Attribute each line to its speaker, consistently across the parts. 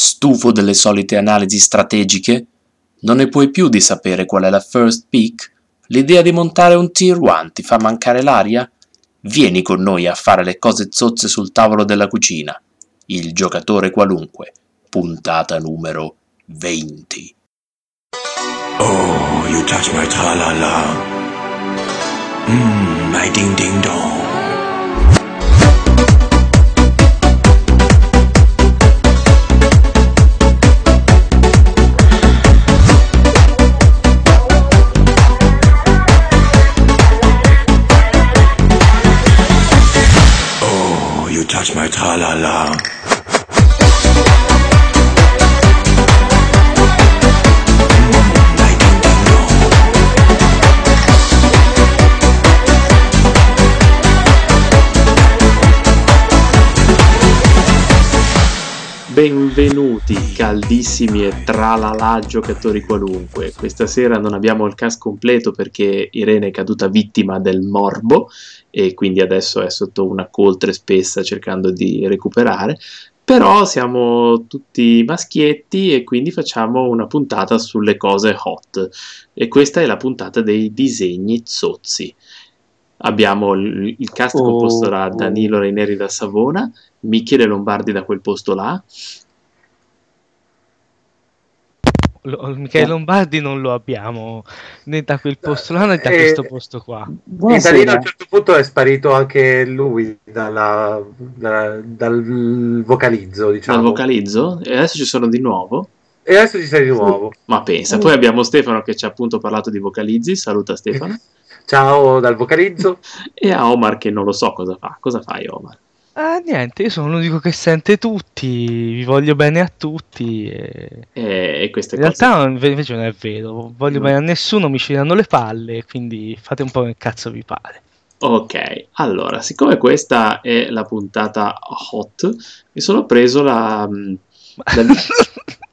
Speaker 1: Stufo delle solite analisi strategiche? Non ne puoi più di sapere qual è la first pick? L'idea di montare un Tier 1 ti fa mancare l'aria? Vieni con noi a fare le cose zozze sul tavolo della cucina. Il giocatore qualunque. Puntata numero 20.
Speaker 2: Oh, you touch my tra la la. Mmm, my ding ding dong. Oh, you touch my tra la la.
Speaker 3: Benvenuti caldissimi e tralalà giocatori qualunque. Questa sera non abbiamo il cast completo perché Irene è caduta vittima del morbo e quindi adesso è sotto una coltre spessa cercando di recuperare. Però siamo tutti maschietti e quindi facciamo una puntata sulle cose hot. E questa è la puntata dei disegni zozzi. Abbiamo il il cast
Speaker 4: Oh.
Speaker 3: composto da Danilo Reineri da Savona, Michele Lombardi da quel posto là,
Speaker 5: Lo- Michele Lombardi non lo abbiamo né da quel posto là né da
Speaker 4: Eh,
Speaker 5: questo posto
Speaker 3: eh.
Speaker 5: qua.
Speaker 4: E da lì a
Speaker 6: Buonasera.
Speaker 4: un certo punto è sparito anche lui dalla- da- dal vocalizzo, diciamo.
Speaker 3: dal vocalizzo e adesso ci sono di nuovo.
Speaker 4: E adesso ci sei di nuovo.
Speaker 3: Ma pensa,
Speaker 5: Mm.
Speaker 3: poi abbiamo Stefano che ci ha appunto parlato di vocalizzi, saluta Stefano,
Speaker 4: Ciao dal vocalizzo.
Speaker 3: e a Omar che non lo so cosa fa. Cosa fai Omar?
Speaker 5: Ah, niente, io sono l'unico che sente tutti, vi voglio bene a tutti. e-
Speaker 3: E, e queste
Speaker 5: In
Speaker 3: cose.
Speaker 5: realtà inve- invece non è vero, voglio
Speaker 3: No.
Speaker 5: bene a nessuno, mi ci danno le palle, quindi fate un po' che cazzo vi pare.
Speaker 3: Ok, allora, siccome questa è la puntata hot, mi sono preso la, mh, la li-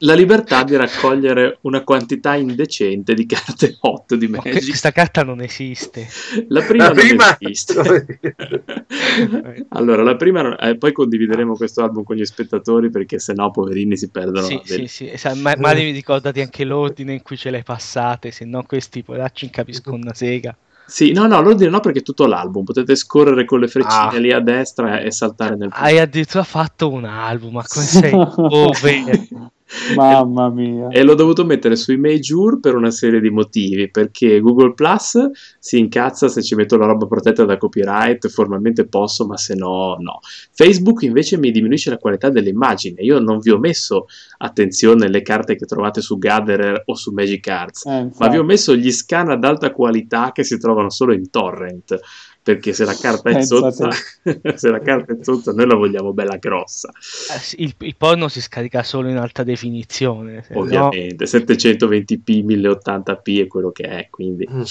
Speaker 3: la libertà di raccogliere una quantità indecente di carte hot di
Speaker 5: Ma que-
Speaker 3: Magic.
Speaker 5: questa carta non esiste.
Speaker 3: La prima,
Speaker 4: La prima...
Speaker 3: non esiste. allora, la prima, non- eh, poi condivideremo questo album con gli spettatori perché sennò poverini si perdono.
Speaker 5: Sì,
Speaker 3: la
Speaker 5: sì, sì, esa- ma,
Speaker 3: Eh.
Speaker 5: ma devi ricordati anche l'ordine in cui ce le hai passate, se no questi poracci non capiscono una sega.
Speaker 3: Sì, no, no, l'ordine no perché è tutto l'album. Potete scorrere con le freccine
Speaker 5: Ah.
Speaker 3: lì a destra e saltare nel
Speaker 5: Hai addirittura fatto un album, ma come sei povero?
Speaker 6: Mamma mia.
Speaker 3: E l'ho dovuto mettere sui major per una serie di motivi, perché Google Plus si incazza se ci metto la roba protetta da copyright, formalmente posso, ma se no no. Facebook invece mi diminuisce la qualità delle immagini. Io non vi ho messo attenzione le carte che trovate su Gatherer o su Magic Arts,
Speaker 6: Eh,
Speaker 3: ma
Speaker 6: infatti.
Speaker 3: vi ho messo gli scan ad alta qualità che si trovano solo in torrent perché se la carta è
Speaker 6: Pensa
Speaker 3: zozza se la carta è zozza noi la vogliamo bella grossa
Speaker 5: Eh, sì, Il, il porno si scarica solo in alta definizione, se Eh, no-
Speaker 3: ovviamente 720p 1080p è quello che è quindi
Speaker 5: Mm. Ah,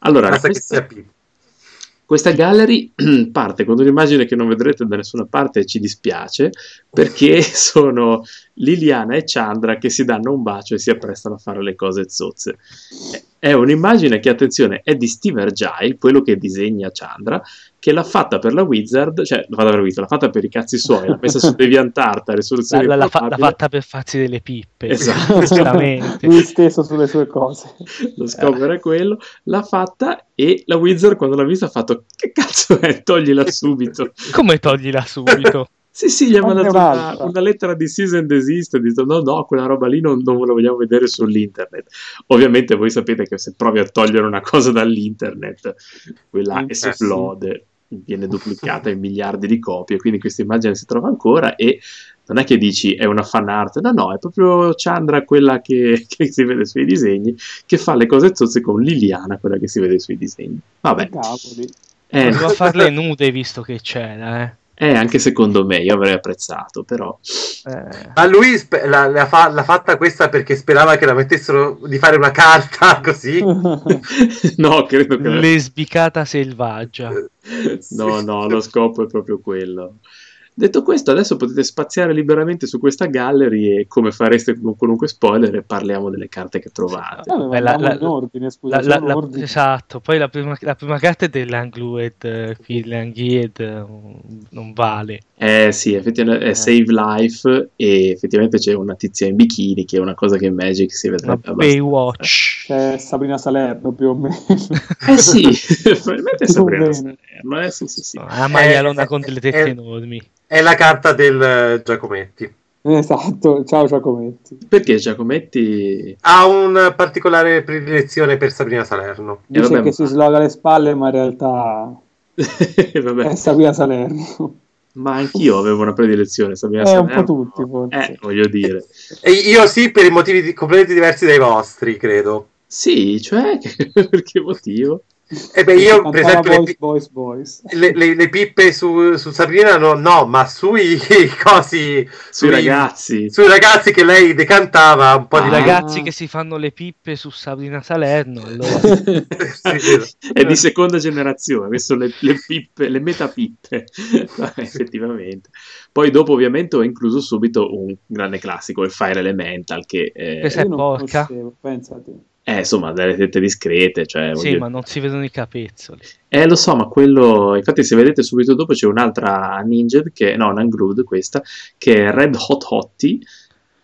Speaker 3: allora
Speaker 4: Basta che sia
Speaker 3: questa,
Speaker 4: P.
Speaker 3: questa gallery parte con un'immagine che non vedrete da nessuna parte e ci dispiace perché sono Liliana e Chandra che si danno un bacio e si apprestano a fare le cose zozze è un'immagine che, attenzione, è di Steve Argyle, quello che disegna Chandra, che l'ha fatta per la Wizard, cioè l'ha fatta per la Wizard, l'ha fatta per i cazzi suoi, l'ha messa su DeviantArt a
Speaker 5: la,
Speaker 3: risoluzione
Speaker 5: la- la fa-
Speaker 3: improbabile.
Speaker 5: l'ha fatta per farsi delle pippe,
Speaker 3: Esatto.
Speaker 5: giustamente.
Speaker 6: Lui stesso sulle sue cose.
Speaker 3: Lo scopo era quello, l'ha fatta e la Wizard quando l'ha vista ha fatto che cazzo è, toglila subito.
Speaker 5: Come toglila subito?
Speaker 3: Sì, sì, gli ha
Speaker 6: Fammene
Speaker 3: mandato una,
Speaker 6: un'altra.
Speaker 3: una lettera di cease and desist, ha detto no, no, quella roba lì non, non ve la vogliamo vedere sull'internet. Ovviamente voi sapete che se provi a togliere una cosa dall'internet, quella
Speaker 6: Eh,
Speaker 3: esplode, viene duplicata in miliardi di copie, quindi questa immagine si trova ancora e non è che dici è una fan art, no, no, è proprio Chandra quella che, che si vede sui disegni, che fa le cose zozze con Liliana, quella che si vede sui disegni. Vabbè,
Speaker 6: Cavoli.
Speaker 3: eh,
Speaker 5: Doveva farle nude visto che c'era, eh.
Speaker 3: eh, anche secondo me, io avrei apprezzato, però...
Speaker 5: Eh,
Speaker 4: Ma lui spe- la- la fa- l'ha fatta questa perché sperava che la mettessero di fare una carta
Speaker 6: Eh,
Speaker 4: così.
Speaker 3: no, credo che...
Speaker 5: Lesbicata selvaggia.
Speaker 3: No, no, lo scopo è proprio quello. Detto questo, adesso potete spaziare liberamente su questa gallery e come fareste con qualunque spoiler parliamo delle carte che trovate.
Speaker 6: Vabbè,
Speaker 5: Beh, la-
Speaker 6: ma
Speaker 5: la-
Speaker 6: in ordine, scusa,
Speaker 5: La- la-
Speaker 6: sono
Speaker 5: la-
Speaker 6: ordini.
Speaker 5: esatto, poi la prima, la prima carta è dell'Anglued, eh, qui l'Anglued eh, non vale.
Speaker 3: Eh sì, effettivamente è
Speaker 5: Eh.
Speaker 3: Save Life e effettivamente c'è una tizia in bikini che è una cosa che in Magic si vedrà
Speaker 6: Ah,
Speaker 5: Una
Speaker 3: abbastanza.
Speaker 5: Baywatch.
Speaker 6: C'è Sabrina Salerno più o meno.
Speaker 3: Eh sì, probabilmente è
Speaker 6: Più o
Speaker 3: Sabrina
Speaker 6: meno.
Speaker 3: Salerno, eh sì sì sì.
Speaker 5: Ah, maialona
Speaker 4: Eh,
Speaker 5: con delle
Speaker 4: eh,
Speaker 5: tette
Speaker 4: eh.
Speaker 5: enormi.
Speaker 4: È la carta del eh, Giacometti.
Speaker 6: esatto, ciao Giacometti.
Speaker 3: Perché Giacometti...
Speaker 4: Ha una particolare predilezione per Sabrina Salerno.
Speaker 6: Dice
Speaker 3: vabbè,
Speaker 6: che
Speaker 3: ma-
Speaker 6: si sloga le spalle, ma in realtà
Speaker 3: Vabbè.
Speaker 6: è Sabrina Salerno.
Speaker 3: Ma anch'io avevo una predilezione, Sabrina
Speaker 6: Eh, un
Speaker 3: Salerno.
Speaker 6: po' tutti, forse.
Speaker 3: Eh, voglio dire.
Speaker 4: E io sì, per motivi di- completamente diversi dai vostri, credo.
Speaker 3: Sì, cioè, per che motivo?
Speaker 4: E Eh beh, io, per
Speaker 6: Cantava
Speaker 4: esempio, le,
Speaker 6: Boys,
Speaker 4: pi-
Speaker 6: Boys, Boys.
Speaker 4: le- le- le pippe su, su Sabrina no, no, ma sui cosi,
Speaker 3: Sui
Speaker 4: Sui-
Speaker 3: ragazzi.
Speaker 4: sui ragazzi che lei decantava un po'
Speaker 5: I
Speaker 4: di
Speaker 3: Ah.
Speaker 5: ragazzi che si fanno le pippe su Sabrina Salerno, allora
Speaker 3: È di seconda generazione, queste sono le, le pippe, le metapippe, Ah, effettivamente. Poi dopo ovviamente ho incluso subito un grande classico, il Fire Elemental, che eh,
Speaker 5: Questa-
Speaker 6: Io non
Speaker 5: porca.
Speaker 6: conoscevo, pensate.
Speaker 3: è insomma delle tette discrete, cioè, voglio
Speaker 5: sì, ma non si vedono i capezzoli.
Speaker 3: Eh, lo so, ma quello. Infatti, se vedete subito dopo c'è un'altra Ninja, che no, un'Anglued questa, che è Red Hot Hottie,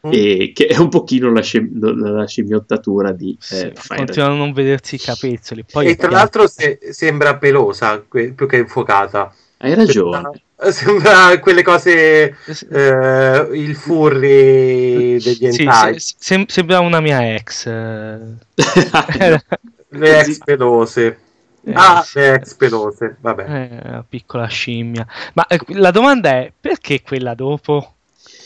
Speaker 4: Mm.
Speaker 3: e che è un pochino la, scem- la scimmiottatura di eh,
Speaker 5: Sì,
Speaker 3: Fire.
Speaker 5: continuano a non vedersi i capezzoli. Poi
Speaker 4: e tra l'altro se- sembra pelosa que- più che infuocata.
Speaker 3: Hai ragione.
Speaker 4: Sembra quelle cose, eh, il furry degli
Speaker 5: Sì,
Speaker 4: hentai,
Speaker 5: se- sem- sembra una mia ex. eh.
Speaker 4: le ex pelose.
Speaker 5: Eh,
Speaker 4: ah,
Speaker 5: sì.
Speaker 4: le ex pelose, vabbè.
Speaker 5: Eh, una piccola scimmia. Ma eh, la domanda è: perché quella dopo?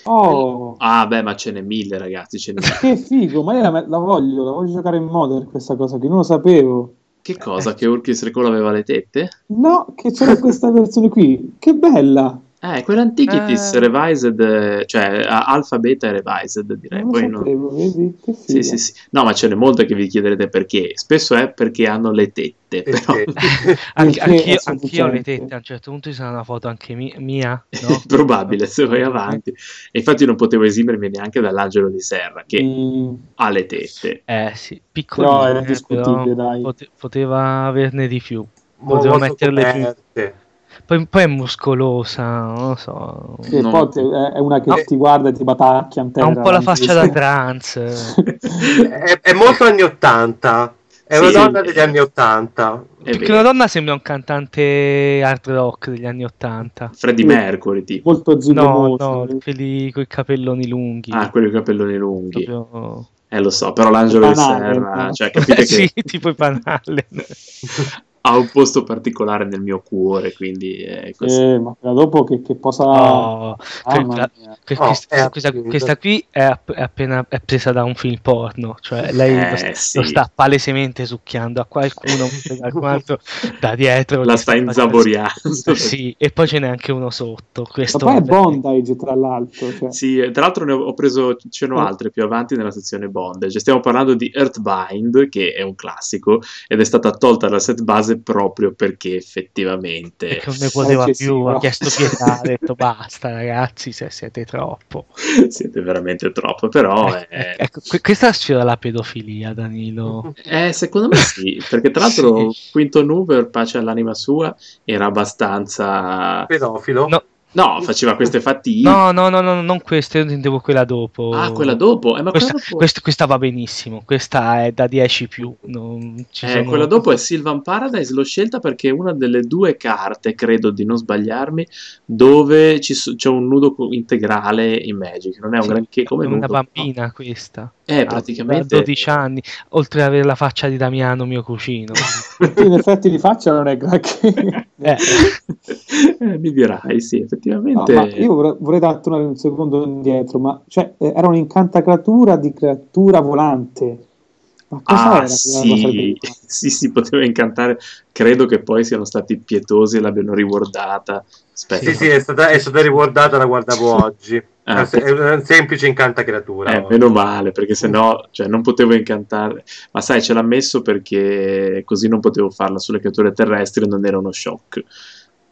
Speaker 6: Oh,
Speaker 3: ah, beh, ma ce n'è mille, ragazzi. Ce n'è... mille.
Speaker 6: che figo, ma io la, la voglio, la voglio giocare in modern questa cosa, che non lo sapevo.
Speaker 3: Che cosa? Che Urkis Recall aveva le tette?
Speaker 6: No, che c'era questa versione qui, che bella.
Speaker 3: Eh, quella Antiquities
Speaker 5: Eh.
Speaker 3: Revised, eh, cioè a- Alpha Beta Revised, direi.
Speaker 6: Non lo
Speaker 3: Eh, Poi non-
Speaker 6: sapevo, vedi? Che figo.
Speaker 3: Sì, sì, sì. No, ma ce n'è molte che vi chiederete perché. Spesso è perché hanno le
Speaker 5: Eh,
Speaker 3: tette, però.
Speaker 4: Perché?
Speaker 5: Anche,
Speaker 6: Perché
Speaker 5: anch'io,
Speaker 6: è
Speaker 5: anch'io ho le
Speaker 6: sufficiente.
Speaker 5: tette. A un certo punto ci sarà una foto anche mi- mia. No?
Speaker 3: Probabile, se vai avanti. E infatti non potevo esimermi neanche dall'angelo di serra, che
Speaker 6: Mm,
Speaker 3: ha le tette.
Speaker 5: Eh sì, piccolino.
Speaker 6: Però era
Speaker 5: eh,
Speaker 6: discutibile,
Speaker 5: però
Speaker 6: dai.
Speaker 5: pote- poteva averne di più.
Speaker 4: Mo-
Speaker 5: Potevo
Speaker 4: molto
Speaker 5: metterle più-
Speaker 4: coperte.
Speaker 5: Poi, poi è muscolosa, non lo so.
Speaker 6: sì,
Speaker 3: No.
Speaker 6: poi te- è è una che
Speaker 4: No.
Speaker 6: ti guarda e ti batacchia in
Speaker 5: Ha
Speaker 6: terra.
Speaker 5: un po'
Speaker 4: esatto,
Speaker 5: la
Speaker 6: avanti,
Speaker 5: faccia da
Speaker 6: sì.
Speaker 5: trans.
Speaker 4: È, è molto anni 80. È una
Speaker 3: Sì,
Speaker 4: donna
Speaker 3: è-
Speaker 4: degli anni 80.
Speaker 3: È
Speaker 5: Più che
Speaker 3: vero.
Speaker 5: una donna sembra un cantante hard rock degli anni Ottanta.
Speaker 3: Freddie
Speaker 6: Sì.
Speaker 3: Mercury, tipo.
Speaker 6: Molto
Speaker 5: No,
Speaker 6: zigomoso.
Speaker 5: no, quelli con i capelloni lunghi.
Speaker 3: Ah, quelli con i capelloni lunghi.
Speaker 5: proprio...
Speaker 3: Eh, lo so, però l'angelo di
Speaker 6: Banale,
Speaker 3: serra,
Speaker 6: no?
Speaker 3: cioè, capite che
Speaker 5: sì, tipo i panale.
Speaker 3: ha un posto particolare nel mio cuore, quindi è così.
Speaker 6: Eh, ma quella dopo che, che posa...
Speaker 5: No,
Speaker 6: Ah,
Speaker 5: que-
Speaker 6: mamma mia.
Speaker 5: que-
Speaker 4: Oh,
Speaker 5: questa,
Speaker 4: è
Speaker 5: questa-
Speaker 4: assurdo.
Speaker 5: questa qui è, app- è appena è presa da un film porno, cioè lei lo,
Speaker 3: Eh,
Speaker 5: sta-
Speaker 3: sì.
Speaker 5: lo sta palesemente succhiando a qualcuno, mentre qualcun altro
Speaker 6: Eh,
Speaker 5: da dietro.
Speaker 3: La
Speaker 5: gli
Speaker 3: sta
Speaker 5: facendo-
Speaker 3: inzaboriando.
Speaker 5: Sì, e poi ce n'è anche uno sotto.
Speaker 6: Ma
Speaker 5: Questo
Speaker 6: poi è
Speaker 5: vabbè.
Speaker 6: bondage, tra l'altro. Cioè.
Speaker 3: Sì, eh, tra l'altro ne ho ho preso, c'erano
Speaker 6: Eh.
Speaker 3: altre più avanti nella sezione Bondage. Stiamo parlando di Earthbind, che è un classico, ed è stata tolta dalla set base proprio perché effettivamente...
Speaker 5: Perché non ne poteva più,
Speaker 6: Eccessiva.
Speaker 5: ha chiesto pietà, ha detto basta ragazzi, se siete troppo.
Speaker 3: Siete veramente troppo, però... eh,
Speaker 5: Ecco, que- questa sfiora la pedofilia, Danilo.
Speaker 3: eh, secondo me sì, perché tra l'altro
Speaker 5: Sì.
Speaker 3: Quinto Nu, per pace all'anima sua, era abbastanza...
Speaker 4: Pedofilo.
Speaker 5: No.
Speaker 3: No, faceva queste fatiche.
Speaker 5: No, no, no, no, non questa, io intendevo quella dopo.
Speaker 3: Ah, quella dopo? Eh, ma
Speaker 5: Questa,
Speaker 3: quella dopo...
Speaker 5: quest- questa va benissimo, questa è da 10 più. non ci
Speaker 3: Eh,
Speaker 5: sono-
Speaker 3: quella dopo è Sylvan Paradise, l'ho scelta perché è una delle due carte, credo di non sbagliarmi, dove ci so- c'è un nudo co- integrale in Magic. Non è un
Speaker 5: Sì,
Speaker 3: granché come
Speaker 5: è
Speaker 3: nudo.
Speaker 5: una
Speaker 3: però-
Speaker 5: bambina questa.
Speaker 3: Eh,
Speaker 5: Ha
Speaker 3: praticamente...
Speaker 5: 12 anni, oltre ad avere la faccia di Damiano, mio cugino.
Speaker 6: Quindi in effetti di faccia non è granché.
Speaker 5: Eh.
Speaker 3: Eh, mi dirai, sì,
Speaker 6: No,
Speaker 3: effettivamente...
Speaker 6: ma io vorrei, vorrei darti una- un secondo indietro, ma cioè, eh, era un'incantacratura di creatura volante. Ma cosa
Speaker 3: Ah,
Speaker 6: era quella cosa
Speaker 3: sì,
Speaker 6: lì?
Speaker 3: sì, si poteva incantare. Credo che poi siano stati pietosi e l'abbiano rewardata. Aspetta,
Speaker 4: Sì, sì, è stata, è stata riguardata la guardavo oggi.
Speaker 3: Ah,
Speaker 4: È un semplice incantacreatura.
Speaker 3: Eh, meno male, perché sennò
Speaker 6: Mm.
Speaker 3: cioè, non potevo incantare. Ma sai, ce l'ha messo perché così non potevo farla sulle creature terrestri, non era uno shock.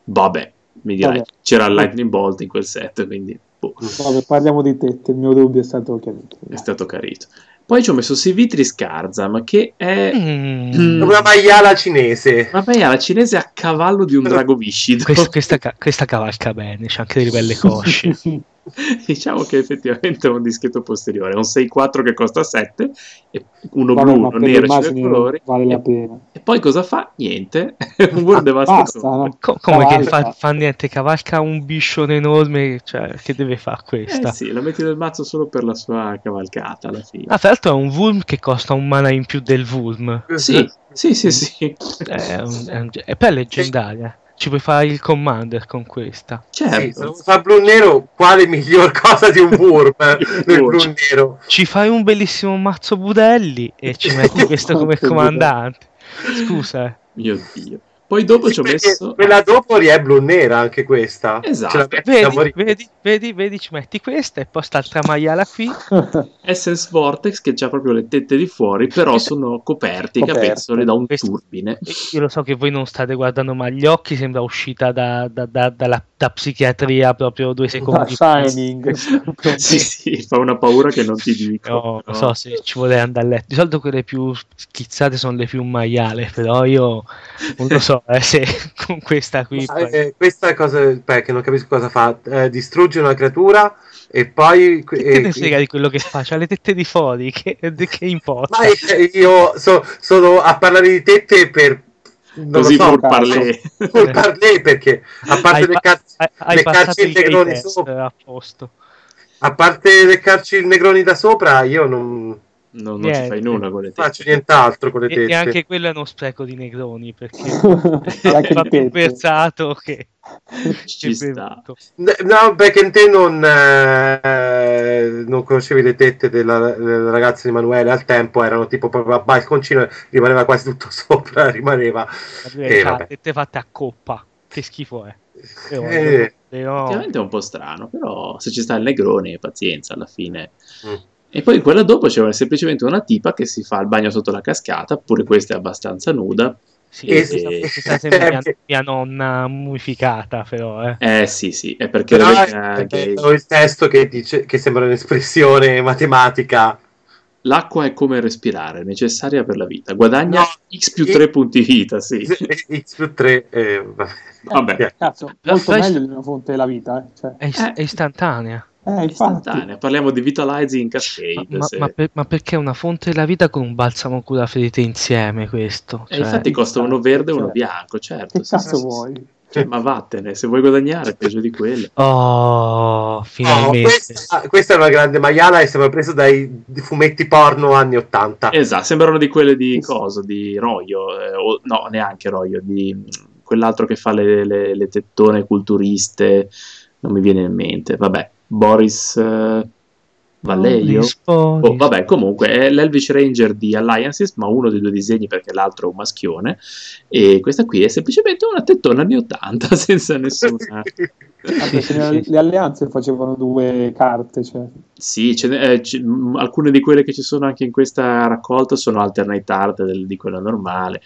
Speaker 3: Vabbè, mi dirai,
Speaker 6: Vabbè.
Speaker 3: c'era il Lightning Bolt in quel set, quindi boh,
Speaker 6: Vabbè, parliamo di tette, il mio dubbio è stato chiarito.
Speaker 3: è stato carito. Poi ci ho messo Sivitri Scarzam, che è
Speaker 5: Mm.
Speaker 4: Una maiala cinese.
Speaker 3: Ma poi alla cinese a cavallo di un drago viscido.
Speaker 5: Questa, questa ca- questa cavalca bene, c'è anche delle belle cosce.
Speaker 3: diciamo che effettivamente è un dischetto posteriore, è un 6-4 che costa 7, e uno
Speaker 6: Vabbè,
Speaker 3: blu, uno
Speaker 6: ma per le
Speaker 3: nero, cinque
Speaker 6: immagini
Speaker 3: colori.
Speaker 6: vale la
Speaker 3: e,
Speaker 6: pena.
Speaker 3: e poi cosa fa? Niente, un
Speaker 5: Ah,
Speaker 3: Eh, muro
Speaker 6: Basta,
Speaker 3: devastatore.
Speaker 6: no?
Speaker 5: Co- come che
Speaker 6: Cavalca.
Speaker 5: fa, fa niente, cavalca un biscione enorme, cioè, che deve fare questa?
Speaker 3: Eh sì, la metti nel mazzo solo per la sua cavalcata alla fine.
Speaker 5: Ah, tra l'altro è un Vulm che costa un mana in più del Vulm.
Speaker 4: Ah,
Speaker 3: sì, sì, sì, sì.
Speaker 5: È, un- è un- e poi è leggendaria. Ci puoi fare il commander con questa.
Speaker 4: Sì,
Speaker 3: Certo.
Speaker 4: se fa blu-nero, quale miglior cosa di un worm del
Speaker 3: Worm.
Speaker 4: blu-nero?
Speaker 5: Ci fai un bellissimo mazzo budelli e ci metti questo come
Speaker 6: Mazzo
Speaker 5: comandante. Scusa, eh.
Speaker 3: Mio Dio. Poi dopo
Speaker 4: Sì,
Speaker 3: ci ho
Speaker 4: perché
Speaker 3: messo...
Speaker 4: Quella dopo è blu-nera anche questa.
Speaker 3: Esatto.
Speaker 4: Ce la metti da
Speaker 5: vedi,
Speaker 4: morire.
Speaker 5: vedi, vedi, vedi, ci metti questa e poi sta maiala qui.
Speaker 3: Essence Vortex che ha proprio le tette di fuori, però sono coperti i
Speaker 6: Coperto.
Speaker 3: capezzoli da un
Speaker 5: Questo-
Speaker 3: turbine.
Speaker 5: Io lo so che voi non state guardando ma gli occhi, sembra uscita da, da- da- dalla, da psichiatria proprio due
Speaker 6: La
Speaker 5: secondi. fa.
Speaker 6: Shining.
Speaker 3: sì, sì, fa una paura che non ti dico.
Speaker 5: No,
Speaker 3: però-
Speaker 5: non so se ci vuole andare a letto. Di solito quelle più schizzate sono le più maiale, però io non lo so eh, se con questa qui.
Speaker 4: Ma,
Speaker 5: poi-
Speaker 4: eh, questa cosa beh, che non capisco cosa fa. eh, distrugge una creatura e poi.
Speaker 5: Che te ne frega di quello che fa? C'ha le tette di fuori, che, di- che importa?
Speaker 4: Ma eh, io so- sono a parlare di tette per. Non
Speaker 3: Così
Speaker 4: lo so,
Speaker 3: pur parlé.
Speaker 4: pur parlé, perché a parte
Speaker 5: Hai
Speaker 4: le
Speaker 5: pa-
Speaker 4: cazzo.
Speaker 5: hai, hai
Speaker 4: le
Speaker 5: passato
Speaker 4: calze
Speaker 5: i, i
Speaker 4: integroni
Speaker 5: test
Speaker 4: sopra.
Speaker 5: eh, a posto.
Speaker 4: A parte leccarci il negroni da sopra, io non
Speaker 3: No, non ci
Speaker 5: Niente.
Speaker 3: fai nulla con le tette.
Speaker 4: faccio nient'altro con le
Speaker 5: E,
Speaker 4: tette.
Speaker 5: e anche quello è uno spreco di negroni, perché
Speaker 6: E anche cioè.
Speaker 5: fa
Speaker 6: il
Speaker 5: più
Speaker 6: tetto.
Speaker 5: versato che,
Speaker 3: Ci
Speaker 5: che
Speaker 3: sta.
Speaker 5: bevuto.
Speaker 4: No, back in te non, eh, non conoscevi le tette della, della ragazza di Emanuele al tempo, erano tipo proprio a balconcino, rimaneva quasi tutto sopra, rimaneva.
Speaker 5: Capire,
Speaker 4: Eh,
Speaker 5: fa-
Speaker 4: vabbè.
Speaker 5: Tette fatte a coppa, che schifo è. Però-
Speaker 4: Eh,
Speaker 5: però-
Speaker 3: Effettivamente è un po' strano, però se ci sta il negrone, pazienza alla fine.
Speaker 4: Mm.
Speaker 3: E poi quella dopo c'è semplicemente una tipa che si fa il bagno sotto la cascata, pure questa è abbastanza nuda.
Speaker 5: Sì,
Speaker 4: Eh,
Speaker 5: sì,
Speaker 3: sì.
Speaker 5: sì, sì, sembra mia, mia nonna mummificata, però eh.
Speaker 3: Eh sì, sì, è perché
Speaker 4: Però
Speaker 3: Rebecca
Speaker 4: è
Speaker 3: Gay-
Speaker 4: bello eh, il testo che dice che sembra un'espressione matematica.
Speaker 3: L'acqua è come respirare, necessaria per la vita. Guadagna
Speaker 4: No.
Speaker 3: X più 3 punti vita, sì.
Speaker 4: X più 3, vabbè. Eh,
Speaker 3: Vabbè,
Speaker 6: Cazzo,
Speaker 5: Però-
Speaker 6: molto
Speaker 5: però-
Speaker 6: meglio di una fonte della vita, eh. Cioè,
Speaker 5: è, ist-
Speaker 3: Eh.
Speaker 5: è istantanea.
Speaker 6: eh, infatti.
Speaker 3: istantanea. Parliamo di Vitalizing
Speaker 5: Ma,
Speaker 3: Cascade.
Speaker 5: ma-
Speaker 3: se-
Speaker 5: ma per- ma perché è una fonte della vita con un balsamo cura ferite insieme questo?
Speaker 3: E
Speaker 5: Cioè,
Speaker 3: Eh, infatti costa uno verde e uno bianco, certo.
Speaker 6: Che
Speaker 3: sì,
Speaker 6: cazzo
Speaker 3: sì, sì,
Speaker 6: vuoi?
Speaker 3: sì. Cioè, ma vattene, se vuoi guadagnare, peggio di quello.
Speaker 5: Cioè, Oh,
Speaker 4: No,
Speaker 5: finalmente.
Speaker 4: questa, ah, questa è una grande maiala e sembra presa dai fumetti porno anni
Speaker 5: Eh,
Speaker 4: 80.
Speaker 3: Esatto, sembrano di quelle di
Speaker 6: Sì, sì.
Speaker 3: coso, di Royo, eh, o- no, neanche Royo, di mh, quell'altro che fa le, le- le tettone culturiste, non mi viene in mente, vabbè, Boris eh, Vallejo. Oh, vabbè, comunque è l'Elvish Ranger di Alliances, ma uno dei due disegni perché l'altro è un maschione. E questa qui è semplicemente una tettona anni 80 senza nessuna.
Speaker 6: Ah,
Speaker 5: Sì,
Speaker 6: perché
Speaker 5: sì,
Speaker 6: le,
Speaker 5: sì.
Speaker 6: le alleanze facevano due carte, cioè.
Speaker 3: Sì, ce ne- eh, ci- mh, alcune di quelle che ci sono anche in questa raccolta sono alternate art del- di quella normale.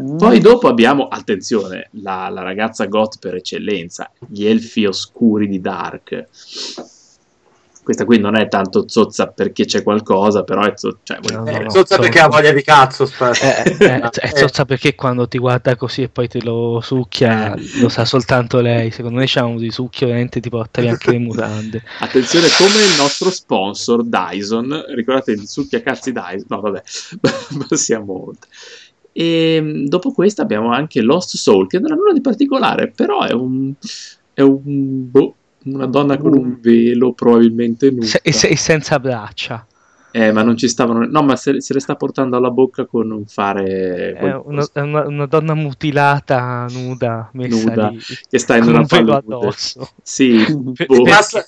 Speaker 6: mm.
Speaker 3: Poi dopo abbiamo, attenzione, la, la ragazza goth per eccellenza, gli elfi oscuri di Dark. Questa qui non è tanto zozza perché c'è qualcosa, però è zozza. Cioè, voglio
Speaker 5: No,
Speaker 3: dire,
Speaker 4: Eh,
Speaker 5: no,
Speaker 4: so
Speaker 5: sono-
Speaker 4: perché ha voglia di cazzo. spa-
Speaker 5: Eh, eh,
Speaker 4: Eh,
Speaker 5: eh, sozza perché quando ti guarda così e poi te lo succhia
Speaker 3: Eh.
Speaker 5: lo sa soltanto lei secondo me c'è un di succhio veramente ti porta via anche le mutande
Speaker 3: Attenzione, come il nostro sponsor Dyson, ricordate il succhiacazzi Dyson? No, vabbè, passiamo oltre. E mh, dopo questa abbiamo anche Lost Soul, che non ha nulla di particolare, però è un... È un boh, una donna con un velo, probabilmente nuda.
Speaker 5: Uh. Se- e, se- e senza braccia
Speaker 3: Eh, ma non ci stavano... No, ma se, se le sta portando alla bocca con un fare...
Speaker 5: è una, Eh, è una- una donna mutilata nuda messa
Speaker 3: Nuda,
Speaker 5: lì
Speaker 3: Che sta in
Speaker 5: con
Speaker 3: una
Speaker 5: un velo
Speaker 3: palude.
Speaker 5: addosso
Speaker 3: Sì,
Speaker 5: Per-
Speaker 3: boh.
Speaker 4: E
Speaker 5: perché-
Speaker 4: passa,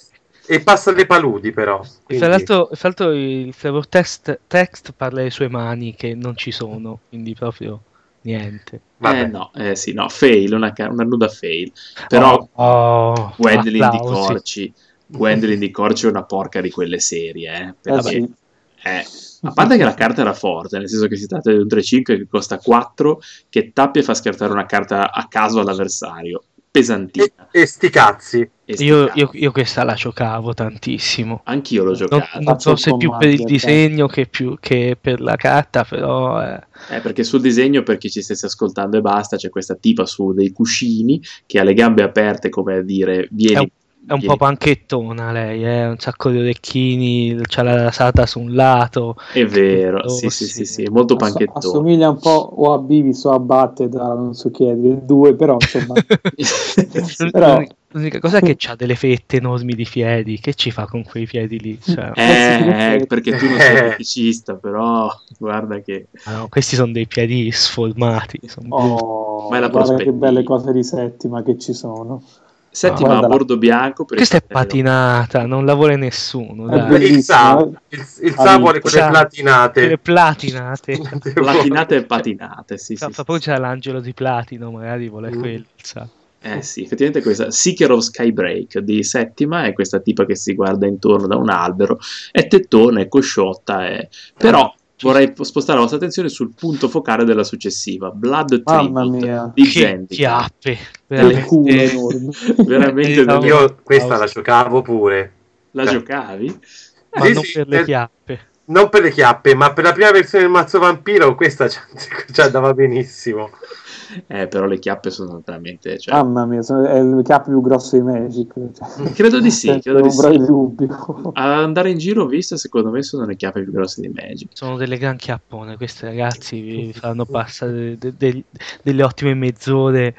Speaker 4: e passa le paludi, però.
Speaker 5: E Fra
Speaker 4: Quindi-
Speaker 5: l'altro, fra l'altro il flavor text, text parla delle sue mani che non ci sono, quindi proprio niente.
Speaker 4: vabbè.
Speaker 3: Eh, no, eh, sì, no, fail, una, ca- una nuda fail. Però...
Speaker 5: Oh, oh,
Speaker 3: Gwendolyn di
Speaker 5: applausi.
Speaker 3: Corci. Gwendolyn di Corci è una porca di quelle serie. eh,
Speaker 6: Eh,
Speaker 3: perché-
Speaker 6: sì.
Speaker 3: eh, a parte che la carta era forte, nel senso che si tratta di un 3-5 che costa 4, che tappia e fa scartare una carta a caso all'avversario.
Speaker 4: E,
Speaker 3: pesantina.
Speaker 4: e sti cazzi.
Speaker 5: Eh,
Speaker 3: E sti
Speaker 5: Io,
Speaker 3: cazzi.
Speaker 5: io- io questa la giocavo tantissimo.
Speaker 3: Anch'io l'ho
Speaker 5: Non,
Speaker 3: giocata,
Speaker 5: non so se più per il
Speaker 6: Faccio il comando,
Speaker 5: disegno che, più, che per la carta, però eh,
Speaker 3: eh, perché sul disegno, per chi ci stesse ascoltando e basta, c'è questa tipa su dei cuscini che ha le gambe aperte, come a dire, vieni...
Speaker 5: un- è un
Speaker 3: vieni-
Speaker 5: po' panchettona lei, eh, un sacco di orecchini, c'ha la rasata su un lato.
Speaker 3: È vero, sì,
Speaker 5: Oh,
Speaker 3: sì,
Speaker 5: sì.
Speaker 3: sì, sì, è molto
Speaker 6: Ass-
Speaker 3: panchettone.
Speaker 6: assomiglia un po' o a Bivis o a Batted, a non so chi è, del 2, però insomma...
Speaker 5: L'un-
Speaker 6: Però-
Speaker 5: l'unica- L'unica cosa è che c'ha delle fette enormi di piedi, che ci fa con quei piedi lì? Cioè,
Speaker 3: Eh, eh, perché tu non sei
Speaker 4: Eh.
Speaker 3: eticista, però guarda che...
Speaker 5: ma ah, no, questi sono dei piedi sformati. insomma.
Speaker 6: Oh,
Speaker 3: Ma è la
Speaker 6: guarda che
Speaker 3: prospettiva.
Speaker 6: belle cose di settima che ci sono.
Speaker 3: Settima a
Speaker 6: Guardala.
Speaker 3: bordo bianco per il
Speaker 5: Questa è
Speaker 3: fratello.
Speaker 5: patinata, non la vuole nessuno.
Speaker 6: È
Speaker 5: Dai.
Speaker 6: bellissimo,
Speaker 4: Il Sa,
Speaker 6: eh.
Speaker 4: il, il Sa vuole quelle
Speaker 5: Sa. Quelle
Speaker 4: platinate.
Speaker 5: platinate.
Speaker 3: Platinate e patinate, sì, sì,
Speaker 5: Fa-
Speaker 3: sì.
Speaker 5: fa- Poi c'è l'angelo di platino, magari vuole quello. sa.
Speaker 3: Eh sì, effettivamente questa Seeker of Skybreak di settima è questa tipa che si guarda intorno da un albero, è tettona, è cosciotta, è...
Speaker 5: Ah,
Speaker 3: però vorrei spostare la vostra attenzione sul punto focale della successiva, Blood
Speaker 6: Mamma
Speaker 3: Tribute
Speaker 6: mia.
Speaker 3: di
Speaker 5: Che
Speaker 3: Zendikar.
Speaker 5: chiappe.
Speaker 6: Del
Speaker 5: veramente.
Speaker 6: culo enorme.
Speaker 3: Veramente
Speaker 5: Eh,
Speaker 3: da-
Speaker 5: cavolo.
Speaker 4: Io questa la giocavo pure.
Speaker 3: la giocavi?
Speaker 5: Ma
Speaker 4: Sì,
Speaker 5: non
Speaker 4: sì,
Speaker 5: per le
Speaker 4: eh.
Speaker 5: chiappe.
Speaker 4: Non per le chiappe, ma per la prima versione del mazzo vampiro questa ci ci andava benissimo.
Speaker 3: Eh, però le chiappe sono veramente... Cioè...
Speaker 5: Ah,
Speaker 6: Mamma mia, sono- è il capo più grosso di Magic. cioè.
Speaker 3: Credo di sì,
Speaker 5: eh,
Speaker 6: Senza
Speaker 3: credo di
Speaker 6: ombra
Speaker 3: sì.
Speaker 6: dubbio.
Speaker 3: A andare in giro, ho visto, secondo me sono le chiappe più grosse di Magic.
Speaker 5: Sono delle gran chiappone. Questi ragazzi vi fanno passare de- de- delle ottime mezz'ore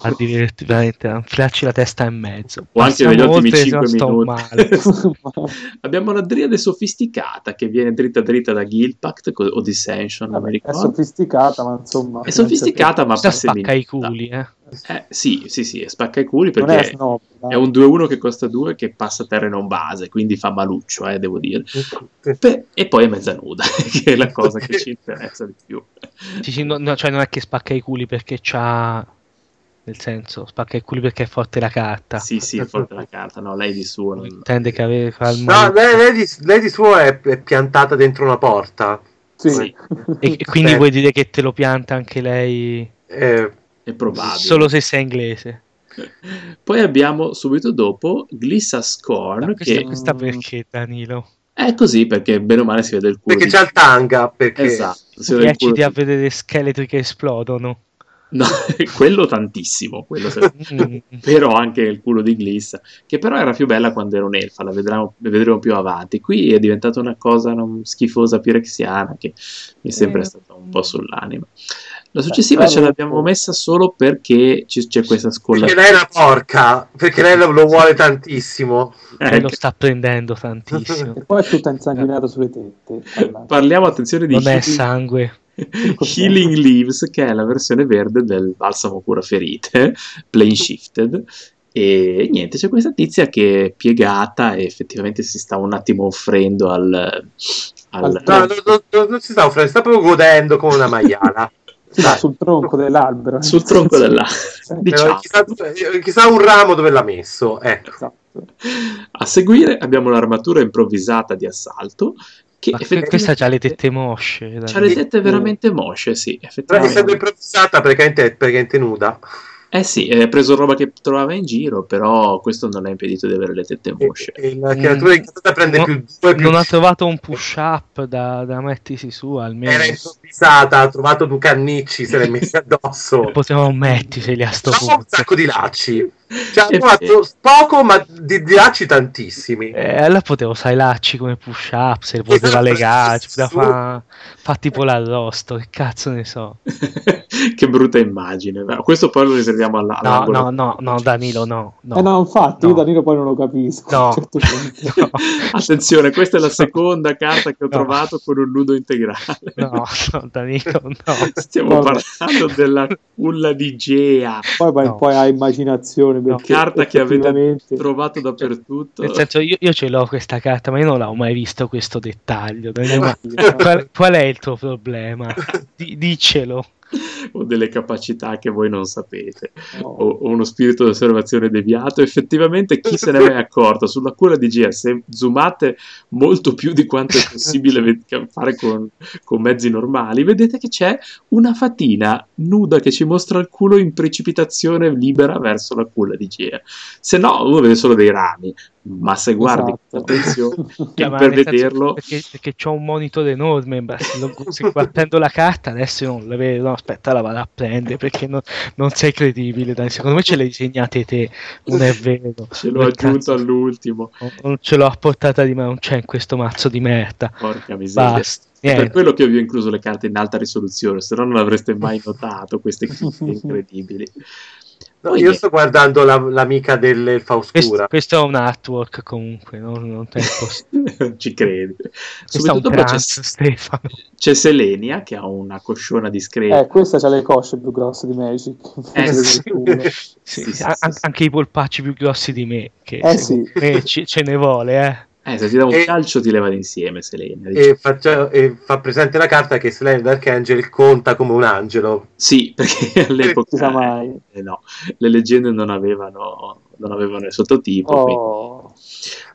Speaker 5: a divertirsi. Veramente, a infilarci la testa in mezzo.
Speaker 3: O anche
Speaker 5: Passiamo
Speaker 3: negli ottimi
Speaker 5: oltre, se no
Speaker 3: 5
Speaker 5: sto male.
Speaker 3: minuti. Abbiamo una triade sofisticata che viene dritta dritta da Guildpact co- o Dissension, non mi
Speaker 6: Vabbè, è
Speaker 3: ricordo.
Speaker 6: sofisticata, ma insomma...
Speaker 3: È sofisticata, ma
Speaker 5: Questa
Speaker 3: passa
Speaker 5: spacca i culi, eh.
Speaker 3: Eh, sì, sì, sì, spacca i culi
Speaker 6: Non è
Speaker 3: perché
Speaker 6: snob. dai.
Speaker 3: è un 2-1 che costa 2 che passa terreno non base, quindi fa maluccio, eh, devo dire. Pe- e poi è mezza nuda, che è la cosa che ci interessa di più.
Speaker 5: Sì, sì, no- no, cioè non è che spacca i culi perché c'ha. Nel senso, spacca i culi perché è forte la carta.
Speaker 3: Sì, sì, è forte la carta, no, lei di suo
Speaker 5: Non
Speaker 3: non...
Speaker 5: intende che aveva fa il
Speaker 4: No,
Speaker 5: male.
Speaker 4: lei, lei di, lei di suo è, è piantata dentro una porta.
Speaker 6: Sì.
Speaker 3: sì.
Speaker 5: E, e quindi
Speaker 4: Beh.
Speaker 5: vuoi dire che te lo pianta anche lei
Speaker 4: Eh,
Speaker 3: È probabile.
Speaker 5: solo se sei inglese?
Speaker 3: Poi abbiamo subito dopo Glissa Scorn,
Speaker 5: No, questa,
Speaker 3: che
Speaker 5: questa perché Danilo?
Speaker 3: è così perché bene o male si vede il culo. di-
Speaker 4: perché c'ha il tanga, perché
Speaker 3: Esatto, si vede il culo
Speaker 5: Riesciti a
Speaker 3: di-
Speaker 5: vedere scheletri che esplodono.
Speaker 3: No, quello tantissimo, quello se-
Speaker 5: Mm.
Speaker 3: però anche il culo di Glissa, che però era più bella quando era un'elfa, la vedremo, la vedremo più avanti. Qui è diventata una cosa non- schifosa pirexiana che mi sembra
Speaker 4: Eh.
Speaker 3: è stata un po' sull'anima. La successiva
Speaker 6: Beh,
Speaker 3: ce l'abbiamo
Speaker 6: veramente.
Speaker 3: messa solo perché ci- c'è questa scolla.
Speaker 4: perché lei è una porca, perché lei lo, lo vuole tantissimo.
Speaker 5: E lo
Speaker 3: Ecco.
Speaker 5: sta prendendo tantissimo.
Speaker 6: E poi è tutta insanguinata sulle tette. tra l'altro.
Speaker 3: Parliamo attenzione di
Speaker 5: Non è
Speaker 3: Healing-
Speaker 5: sangue.
Speaker 3: Healing Leaves, che è la versione verde del balsamo cura ferite, plain shifted. E niente, c'è questa tizia che è piegata e effettivamente si sta un attimo offrendo al. al-
Speaker 6: Al-
Speaker 4: No, no, no, no, non si sta offrendo, sta proprio godendo come una maiala. eh,
Speaker 6: Sì, ma Ah, sul tronco dell'albero.
Speaker 3: sul tronco della.
Speaker 4: Però
Speaker 3: diciamo.
Speaker 4: chissà, eh, chissà un ramo dove l'ha messo, ecco.
Speaker 6: Esatto.
Speaker 3: A seguire abbiamo l'armatura improvvisata di assalto. Che
Speaker 5: Ma que-
Speaker 3: effettivamente
Speaker 5: questa ha le tette mosce.
Speaker 3: c'ha le
Speaker 5: Danilo.
Speaker 3: tette veramente mosce, sì,
Speaker 4: Però
Speaker 3: effettivamente.
Speaker 4: essendo improvvisata praticamente, praticamente nuda.
Speaker 3: Eh sì, ha preso roba che trovava in giro, però questo non ha impedito di avere le tette
Speaker 4: E,
Speaker 3: mosce.
Speaker 4: e la creatura incazzata prende
Speaker 5: Mm. No,
Speaker 4: più due più
Speaker 5: Non ha trovato un push up da, da mettersi su almeno.
Speaker 4: era improvvisata, ha trovato due cannicci, se l'è messa addosso.
Speaker 5: Potevamo mettiseli a sto
Speaker 4: C'ha un
Speaker 5: punto.
Speaker 4: sacco di lacci.
Speaker 5: Eh
Speaker 4: Cioè,
Speaker 3: E-
Speaker 4: ha fatto poco, ma di, di lacci tantissimi.
Speaker 5: Eh, allora potevo sailacci come push up, se poteva
Speaker 4: Esatto,
Speaker 5: legare, ci poteva
Speaker 4: su.
Speaker 5: fa, fa tipo l'arrosto, che cazzo ne so.
Speaker 3: che brutta immagine. però. Questo poi lo riserviamo alla,
Speaker 5: No,
Speaker 3: all'angolo.
Speaker 5: no, no, no, Danilo, no. no.
Speaker 6: Eh no, infatti, io
Speaker 5: No.
Speaker 6: Danilo poi non lo capisco. a
Speaker 5: No.
Speaker 6: un certo punto.
Speaker 5: No.
Speaker 3: Attenzione, questa è la seconda carta che ho
Speaker 5: No.
Speaker 3: trovato con un nudo integrale.
Speaker 5: No, no, Danilo, no.
Speaker 3: Stiamo
Speaker 6: Vabbè.
Speaker 3: parlando della culla di Gea,
Speaker 6: Poi vai
Speaker 5: No.
Speaker 6: un po' a immaginazione. perché
Speaker 3: carta che avete
Speaker 6: effettivamente-
Speaker 3: trovato dappertutto.
Speaker 5: Nel senso, io, io ce l'ho questa carta, ma io non l'ho mai visto questo dettaglio. Danilo, ma
Speaker 6: Eh,
Speaker 5: qual, qual è il tuo problema? Di- diccelo.
Speaker 3: o delle capacità che voi non sapete
Speaker 6: No.
Speaker 3: o, o uno spirito di osservazione deviato. Effettivamente, chi se ne è mai accorto? Sulla cura di GS zoomate molto più di quanto è possibile ve- fare con, con mezzi normali. Vedete che c'è una fatina nuda che ci mostra il culo in precipitazione libera verso la culla di Gea. Se no, uno vede solo dei rami. Ma se guardi con
Speaker 6: Esatto.
Speaker 3: attenzione,
Speaker 5: Cioè,
Speaker 3: e
Speaker 5: ma
Speaker 3: per
Speaker 5: nel senso,
Speaker 3: vederlo-
Speaker 5: perché, perché c'ho un monitor enorme ma se, lo, se guardando la carta adesso io non la vedo no aspetta la vado a prendere perché non, non sei credibile dai. secondo me ce le disegnate te non è vero
Speaker 3: ce l'ho
Speaker 5: Non
Speaker 3: aggiunto
Speaker 5: cazzo-
Speaker 3: all'ultimo.
Speaker 5: non- non ce l'ho a portata di me non c'è in questo mazzo di merda
Speaker 3: Porca miseria.
Speaker 5: basta
Speaker 3: È per
Speaker 5: niente
Speaker 3: quello che vi ho incluso le carte in alta risoluzione, se no non avreste mai notato queste chicche incredibili.
Speaker 4: No,
Speaker 3: Poi
Speaker 4: io
Speaker 3: niente,
Speaker 4: sto guardando la- l'amica dell'elfa
Speaker 5: questo,
Speaker 4: oscura.
Speaker 5: questo è un artwork comunque non, non te ne posso-
Speaker 3: non ci credi.
Speaker 5: questo è
Speaker 3: Subito
Speaker 5: un
Speaker 3: dopo c'è,
Speaker 5: pranzo Stefano
Speaker 3: c'è Selenia che ha una cosciona discreta.
Speaker 6: Eh, questa c'ha le cosce più grosse di Magic.
Speaker 3: Eh, sì.
Speaker 5: Sì,
Speaker 3: Sì, sì,
Speaker 5: a-
Speaker 3: sì, sì.
Speaker 5: anche i polpacci più grossi di me che
Speaker 6: Eh,
Speaker 5: secondo
Speaker 6: sì.
Speaker 5: me ci- ce ne vuole eh
Speaker 3: Eh, se ti dà un
Speaker 4: E-
Speaker 3: calcio ti leva d'insieme Selenia. dice-
Speaker 4: E, faccia- e fa presente la carta che Slender Archangel conta come un angelo.
Speaker 3: Sì, perché
Speaker 6: si sa
Speaker 3: all'epoca
Speaker 6: mai.
Speaker 3: eh, no, le leggende non avevano, non avevano il sottotipo. quindi-
Speaker 6: Oh,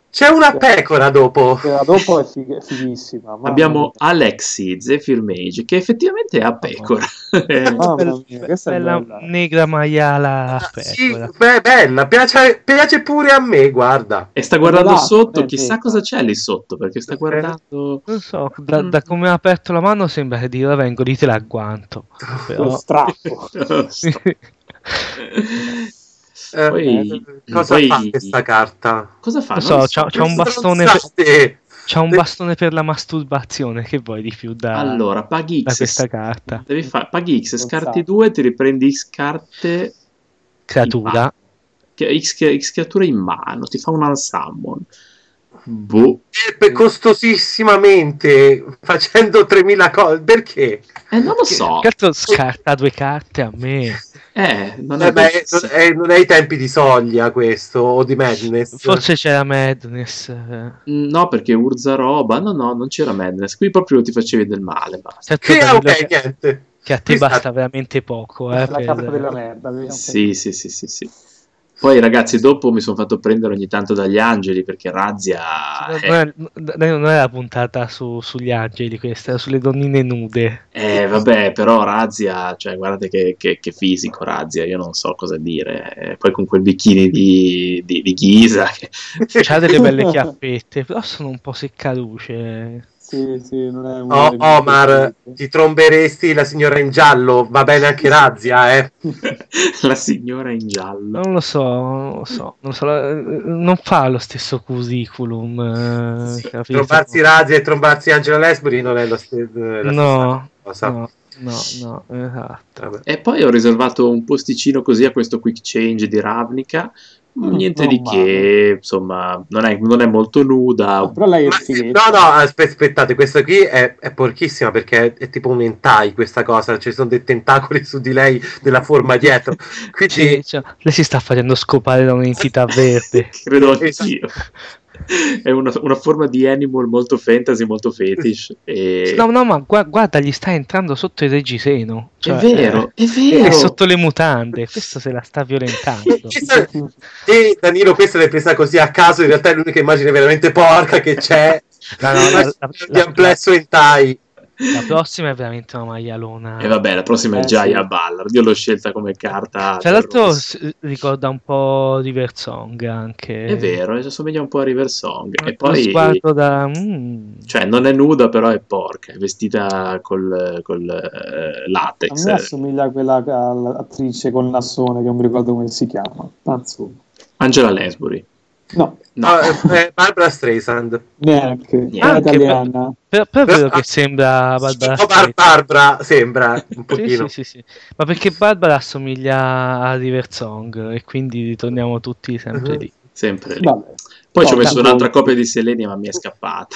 Speaker 4: C'è una pecora dopo.
Speaker 6: quella Oh, dopo è fig- è fighissima. mamma
Speaker 3: Abbiamo
Speaker 6: mia.
Speaker 3: Alexi, Zephyr Mage, che effettivamente è a pecora.
Speaker 6: Mamma
Speaker 5: Bella-
Speaker 6: mia, questa è
Speaker 5: bella,
Speaker 6: bella.
Speaker 5: negra maiala a
Speaker 4: Ah, Sì,
Speaker 5: pecora.
Speaker 4: beh, bella, piace, piace pure a me, guarda.
Speaker 3: E sta guardando
Speaker 6: Volato,
Speaker 3: sotto,
Speaker 6: non è
Speaker 3: chissà
Speaker 6: vero.
Speaker 3: cosa c'è lì sotto, perché sta
Speaker 4: Eh.
Speaker 3: guardando...
Speaker 5: Non so, da, da come ha aperto la mano sembra che dica vengo, ditela a guanto.
Speaker 6: Lo
Speaker 5: Però...
Speaker 6: strappo.
Speaker 4: Eh,
Speaker 3: Poi-
Speaker 4: cosa
Speaker 3: poi-
Speaker 4: fa questa carta?
Speaker 3: Cosa fa?
Speaker 5: Lo
Speaker 3: Non
Speaker 5: so,
Speaker 3: so.
Speaker 5: c'ha- c'ha un bastone per-
Speaker 4: Stronzate!
Speaker 5: C'ha un bastone per la masturbazione, che vuoi di più da,
Speaker 3: Allora, paghi
Speaker 5: da
Speaker 3: X,
Speaker 5: eh, questa carta?
Speaker 3: devi fa- paghi X,
Speaker 6: Pensate.
Speaker 3: scarti 2, ti riprendi X carte in mano.
Speaker 5: Creatura.
Speaker 3: Che- X, che- X creature in mano, ti fa un unsummon. Boh.
Speaker 4: Ebbe costosissimamente facendo 3000 cose perché?
Speaker 3: Eh, non lo so.
Speaker 5: Cazzo, scarta due carte a me.
Speaker 3: Eh, non
Speaker 4: Eh,
Speaker 3: è...
Speaker 4: beh, non, è, non è ai tempi di Soglia questo o di Madness
Speaker 5: Forse c'era Madness. eh.
Speaker 3: No, perché Urza roba. No, no, non c'era Madness. Qui proprio ti facevi del male. Basta.
Speaker 5: Certo,
Speaker 4: che ah,
Speaker 5: Danilo,
Speaker 4: ok
Speaker 5: che,
Speaker 4: niente
Speaker 5: che a te
Speaker 4: Esatto.
Speaker 5: basta veramente poco. Eh,
Speaker 6: la
Speaker 5: per-
Speaker 6: cappa della merda. vediamo
Speaker 3: Sì, sì, sì, sì, sì. Poi ragazzi, dopo mi sono fatto prendere ogni tanto dagli angeli perché Razia eh,
Speaker 5: Non,
Speaker 3: è...
Speaker 5: è, non è la puntata su- sugli angeli, questa, era sulle donnine nude.
Speaker 3: Eh, vabbè, però Razia, cioè guardate che, che- che fisico Razia, io non so cosa dire. Eh, poi con quel bikini di, di, di Ghisa, che-
Speaker 5: C'ha delle belle chiappette, però sono un po' seccaduce.
Speaker 6: Sì, sì, non è una
Speaker 4: Oh,
Speaker 6: delle mie
Speaker 4: Omar
Speaker 6: preferite.
Speaker 4: ti tromberesti la signora in giallo va bene anche Razia eh
Speaker 3: la signora in giallo.
Speaker 5: Non lo so, non lo so, non, lo so, la- non fa lo stesso curriculum. eh, capito?
Speaker 4: trombarsi Razia e trombarsi Angela Lesbury non è lo st- eh, la
Speaker 5: No,
Speaker 4: stessa cosa
Speaker 5: no, no, no, esatto.
Speaker 4: Vabbè.
Speaker 3: E poi ho riservato un posticino così a questo quick change di Ravnica.
Speaker 6: Mm,
Speaker 3: Niente
Speaker 6: non
Speaker 3: di
Speaker 6: male.
Speaker 3: che, insomma, non è, non è molto
Speaker 6: Ah,
Speaker 3: nuda.
Speaker 6: Però lei è
Speaker 4: Ma-
Speaker 6: fighetta.
Speaker 4: no no aspe- aspettate questa qui è, è porchissima perché è, è tipo un hentai questa cosa ci sono dei tentacoli su di lei della forma dietro
Speaker 5: Sì,
Speaker 4: quindi
Speaker 5: cioè, lei si sta facendo scopare da un'entità verde.
Speaker 3: Credo
Speaker 4: Esatto.
Speaker 3: anch'io. È una, una forma di animal molto fantasy, molto fetish. E...
Speaker 5: No, no, ma gua- guarda, gli sta entrando sotto il reggiseno. Cioè,
Speaker 3: è vero, è
Speaker 5: eh,
Speaker 3: vero.
Speaker 5: È sotto le mutande, questo se la sta violentando.
Speaker 4: Chissà- e Danilo questa l'hai presa così a caso in realtà è l'unica immagine veramente porca che c'è
Speaker 5: No, no, la- la-
Speaker 4: di amplesso hentai
Speaker 5: La prossima è veramente una maialona.
Speaker 3: E vabbè, la prossima è
Speaker 6: Eh,
Speaker 3: Jaya
Speaker 6: sì.
Speaker 3: Ballard. Io l'ho scelta come carta. del
Speaker 5: Tra l'altro
Speaker 3: rosso.
Speaker 5: s- ricorda un po' River Song anche.
Speaker 3: è vero, eh, assomiglia un po' a River Song. E
Speaker 5: Lo
Speaker 3: poi,
Speaker 5: sguardo da... mm.
Speaker 3: cioè, non è nuda, però è porca. È vestita col, col, eh,
Speaker 6: A
Speaker 3: latex.
Speaker 6: me assomiglia a quella attrice con l'assone che non mi ricordo come si chiama. Anzi,
Speaker 3: Angela Lansbury.
Speaker 6: no,
Speaker 3: No,
Speaker 4: Ah, eh, Barbara Streisand
Speaker 6: neanche.
Speaker 3: Niente.
Speaker 6: È italiana.
Speaker 5: Però, però è
Speaker 4: Però-
Speaker 5: vero che sembra Barbara
Speaker 4: un po' Bar-
Speaker 5: Streisand.
Speaker 4: Barbara sembra
Speaker 5: Sì, sì,
Speaker 4: un pochino
Speaker 5: sì, sì. Ma perché Barbara assomiglia a River Song e quindi ritorniamo tutti sempre
Speaker 3: Uh-huh.
Speaker 5: lì.
Speaker 3: sempre lì.
Speaker 6: Vabbè,
Speaker 3: Poi ci ho
Speaker 6: Porca
Speaker 3: messo un'altra
Speaker 6: bolla.
Speaker 3: copia di Selenia, ma mi è scappata.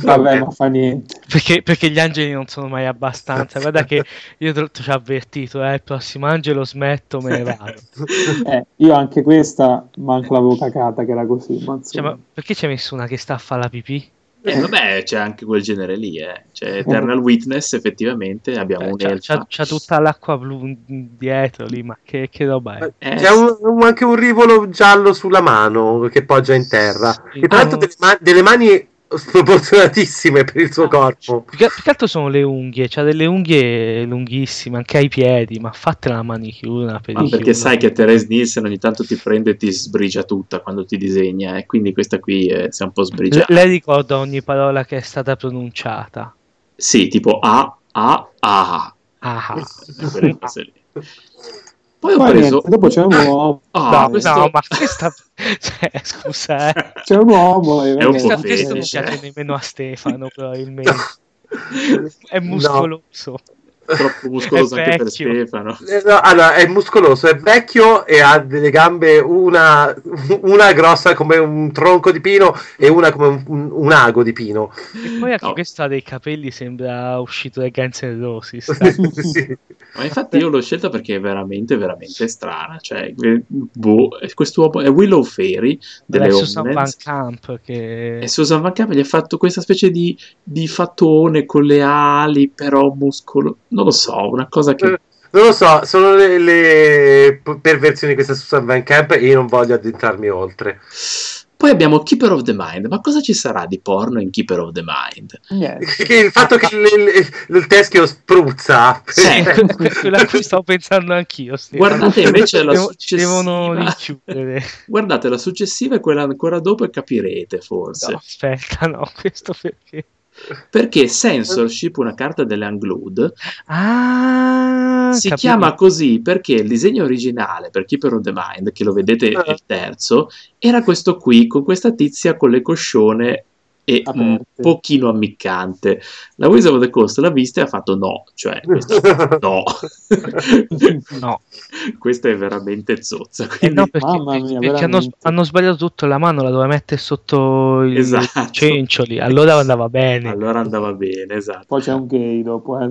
Speaker 6: vabbè, ma fa niente.
Speaker 5: Perché, perché gli angeli non sono mai abbastanza. Guarda che io te l'ho- ti ho avvertito, eh, il prossimo angelo smetto, me ne vado.
Speaker 6: Eh, io anche questa manco l'avevo cacata che era così, ma
Speaker 5: Cioè,
Speaker 6: insomma.
Speaker 5: ma perché ci hai messo una che sta a fare la pipì?
Speaker 3: Eh, vabbè, c'è anche quel genere lì, eh. Cioè, Eternal Witness, effettivamente, abbiamo
Speaker 5: Cioè,
Speaker 3: un
Speaker 5: c'ha,
Speaker 3: elfa.
Speaker 5: c'ha- c'ha tutta l'acqua blu dietro lì, ma che, che roba è?
Speaker 3: Eh,
Speaker 4: C'è un- un- anche un rivolo giallo sulla mano che poggia in terra.
Speaker 5: Sì.
Speaker 4: E tra l'altro
Speaker 5: Ah,
Speaker 4: delle, ma- delle mani sproporzionatissime per il
Speaker 3: Ah.
Speaker 4: suo corpo.
Speaker 5: Più che, più che altro sono le unghie, c'ha delle unghie lunghissime anche ai piedi, ma fatela una manicura, una
Speaker 3: Ma
Speaker 5: pedicura.
Speaker 3: perché sai che Therese Nielsen ogni tanto ti prende e ti sbrigia tutta quando ti disegna, e quindi questa qui eh, si è un po'
Speaker 5: Le-
Speaker 3: sbrigiata.
Speaker 5: lei ricorda ogni parola che è stata pronunciata.
Speaker 3: Sì, tipo A, A, A.
Speaker 5: Ah,
Speaker 3: Quelle cose lì. Poi ho
Speaker 6: Poi
Speaker 3: preso.
Speaker 6: niente, dopo c'è un uomo.
Speaker 3: Ah,
Speaker 5: no,
Speaker 3: questo-
Speaker 5: no, ma questa... cioè, scusa, eh.
Speaker 6: C'è un uomo. E
Speaker 3: È un
Speaker 5: Questa,
Speaker 3: po'
Speaker 6: vabbè,
Speaker 5: questa non
Speaker 3: fetish,
Speaker 5: piace
Speaker 3: eh.
Speaker 5: nemmeno a Stefano, probabilmente. È muscoloso.
Speaker 3: Troppo muscoloso
Speaker 5: È
Speaker 3: anche per
Speaker 5: vecchio.
Speaker 3: Stefano.
Speaker 4: Eh, no, allora, è muscoloso, è vecchio e ha delle gambe, una, una grossa come un tronco di pino e una come un, un- un ago di pino.
Speaker 5: E poi anche
Speaker 3: No,
Speaker 5: questo ha dei capelli, sembra uscito da Guns N' Roses.
Speaker 4: Sì.
Speaker 3: Ma infatti io l'ho scelta perché è veramente, veramente strana. Cioè, eh, boh, eh, quest'uomo è Willow Fairy delle Eh
Speaker 5: Della Susan Van
Speaker 3: Homelands.
Speaker 5: Camp che...
Speaker 3: E Susan Van Camp gli ha fatto questa specie di, di fatone con le ali, però muscolo. Non lo so, una cosa che.
Speaker 4: Non lo so, sono le, le p- perversioni di questa Susan Van Camp e io non voglio addentrarmi oltre.
Speaker 3: Poi abbiamo Keeper of the Mind. Ma cosa ci sarà di porno in Keeper of the Mind?
Speaker 6: niente.
Speaker 4: Che Il fatto che il, il- il teschio spruzza.
Speaker 3: Sì.
Speaker 5: Eh, que- que- quella a cui stavo pensando anch'io. Stefano.
Speaker 3: Guardate invece la
Speaker 5: Devo- ci
Speaker 3: successiva.
Speaker 5: devono rinchiudere.
Speaker 3: Guardate la successiva e quella ancora dopo e capirete forse.
Speaker 5: No, aspetta, no, questo perché.
Speaker 3: Perché Censorship, una carta delle Unglued,
Speaker 5: Ah,
Speaker 3: si
Speaker 5: capito.
Speaker 3: chiama così perché il disegno originale per Keeper of the Mind, che lo vedete è il terzo, era questo qui con questa tizia con le coscione e un
Speaker 6: Aperte.
Speaker 3: pochino ammiccante. La Wizard of the Coast l'ha vista e ha fatto no, cioè questo no.
Speaker 5: No,
Speaker 3: questa è veramente zozza,
Speaker 5: eh
Speaker 3: quindi
Speaker 5: no, perché,
Speaker 6: Mamma mia,
Speaker 5: perché hanno,
Speaker 6: veramente.
Speaker 5: hanno sbagliato tutto la mano, la doveva mettere sotto il
Speaker 3: Esatto.
Speaker 5: cencioli, allora andava bene.
Speaker 3: allora andava bene, esatto.
Speaker 6: Poi c'è un gay dopo, eh.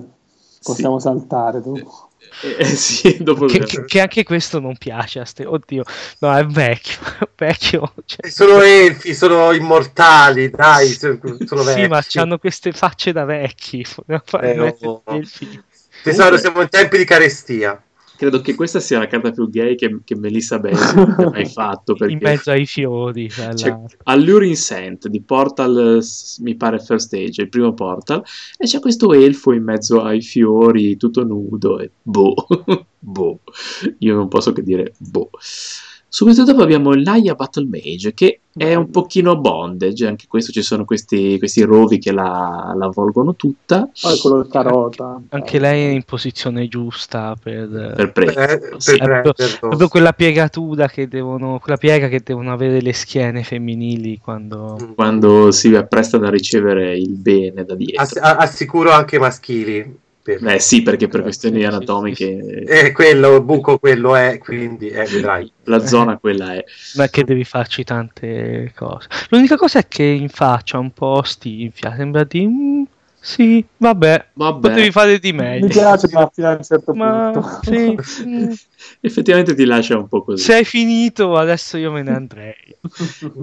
Speaker 6: Possiamo saltare. tu.
Speaker 3: Eh, eh, sì, dopo
Speaker 5: Che, che- che anche questo non piace a ste... Oddio, no, è vecchio, vecchio. cioè-
Speaker 4: Sono elfi, sono immortali, dai, sono
Speaker 5: sì,
Speaker 4: vecchi.
Speaker 5: ma hanno queste facce da vecchi. potevano fare
Speaker 4: Eh,
Speaker 5: mettere
Speaker 4: oh.
Speaker 5: il figlio.
Speaker 4: Tesoro, siamo in tempi di carestia.
Speaker 3: Credo che questa sia la carta più gay che, che Melissa Benson abbia mai fatto. Perché... Cioè,
Speaker 5: in mezzo ai fiori. cioè, tra
Speaker 3: c'è
Speaker 5: l'altro.
Speaker 3: Alluring Scent di Portal, eh, s- mi pare First Stage, il primo Portal, e c'è questo elfo in mezzo ai fiori, tutto nudo, e boh, boh, io non posso che dire boh. Subito dopo abbiamo Laia Battle Mage, che è un pochino bondage, anche questo ci sono questi, questi rovi che la, la volgono tutta,
Speaker 6: Poi color carota.
Speaker 5: Anche lei è in posizione giusta per,
Speaker 3: per
Speaker 4: Eh,
Speaker 3: prendere.
Speaker 4: per
Speaker 3: sì.
Speaker 5: proprio-
Speaker 4: prenderlo.
Speaker 5: certo. proprio quella piegatura che devono, quella piega che devono avere le schiene femminili quando
Speaker 4: Mm.
Speaker 3: Quando si apprestano a ricevere il bene da
Speaker 4: Ass-
Speaker 5: Ah,
Speaker 3: dietro.
Speaker 4: a- assicuro anche i maschili. Per-
Speaker 3: Beh sì, perché per questioni
Speaker 5: Sì, sì, sì,
Speaker 3: anatomiche...
Speaker 4: Eh, quello buco, quello è, quindi eh, vedrai.
Speaker 3: La zona quella è.
Speaker 5: non è che devi farci tante cose. L'unica cosa è che in faccia un po' stinfia, sembra di "Mm, sì, vabbè,
Speaker 3: Vabbè.
Speaker 5: potevi fare di
Speaker 6: Mi
Speaker 5: meglio.
Speaker 6: piace, ma fino a un certo
Speaker 5: Ma
Speaker 6: punto.
Speaker 5: sì, mm,
Speaker 3: Effettivamente ti lascia un po' così.
Speaker 5: se hai finito, adesso io me ne andrei.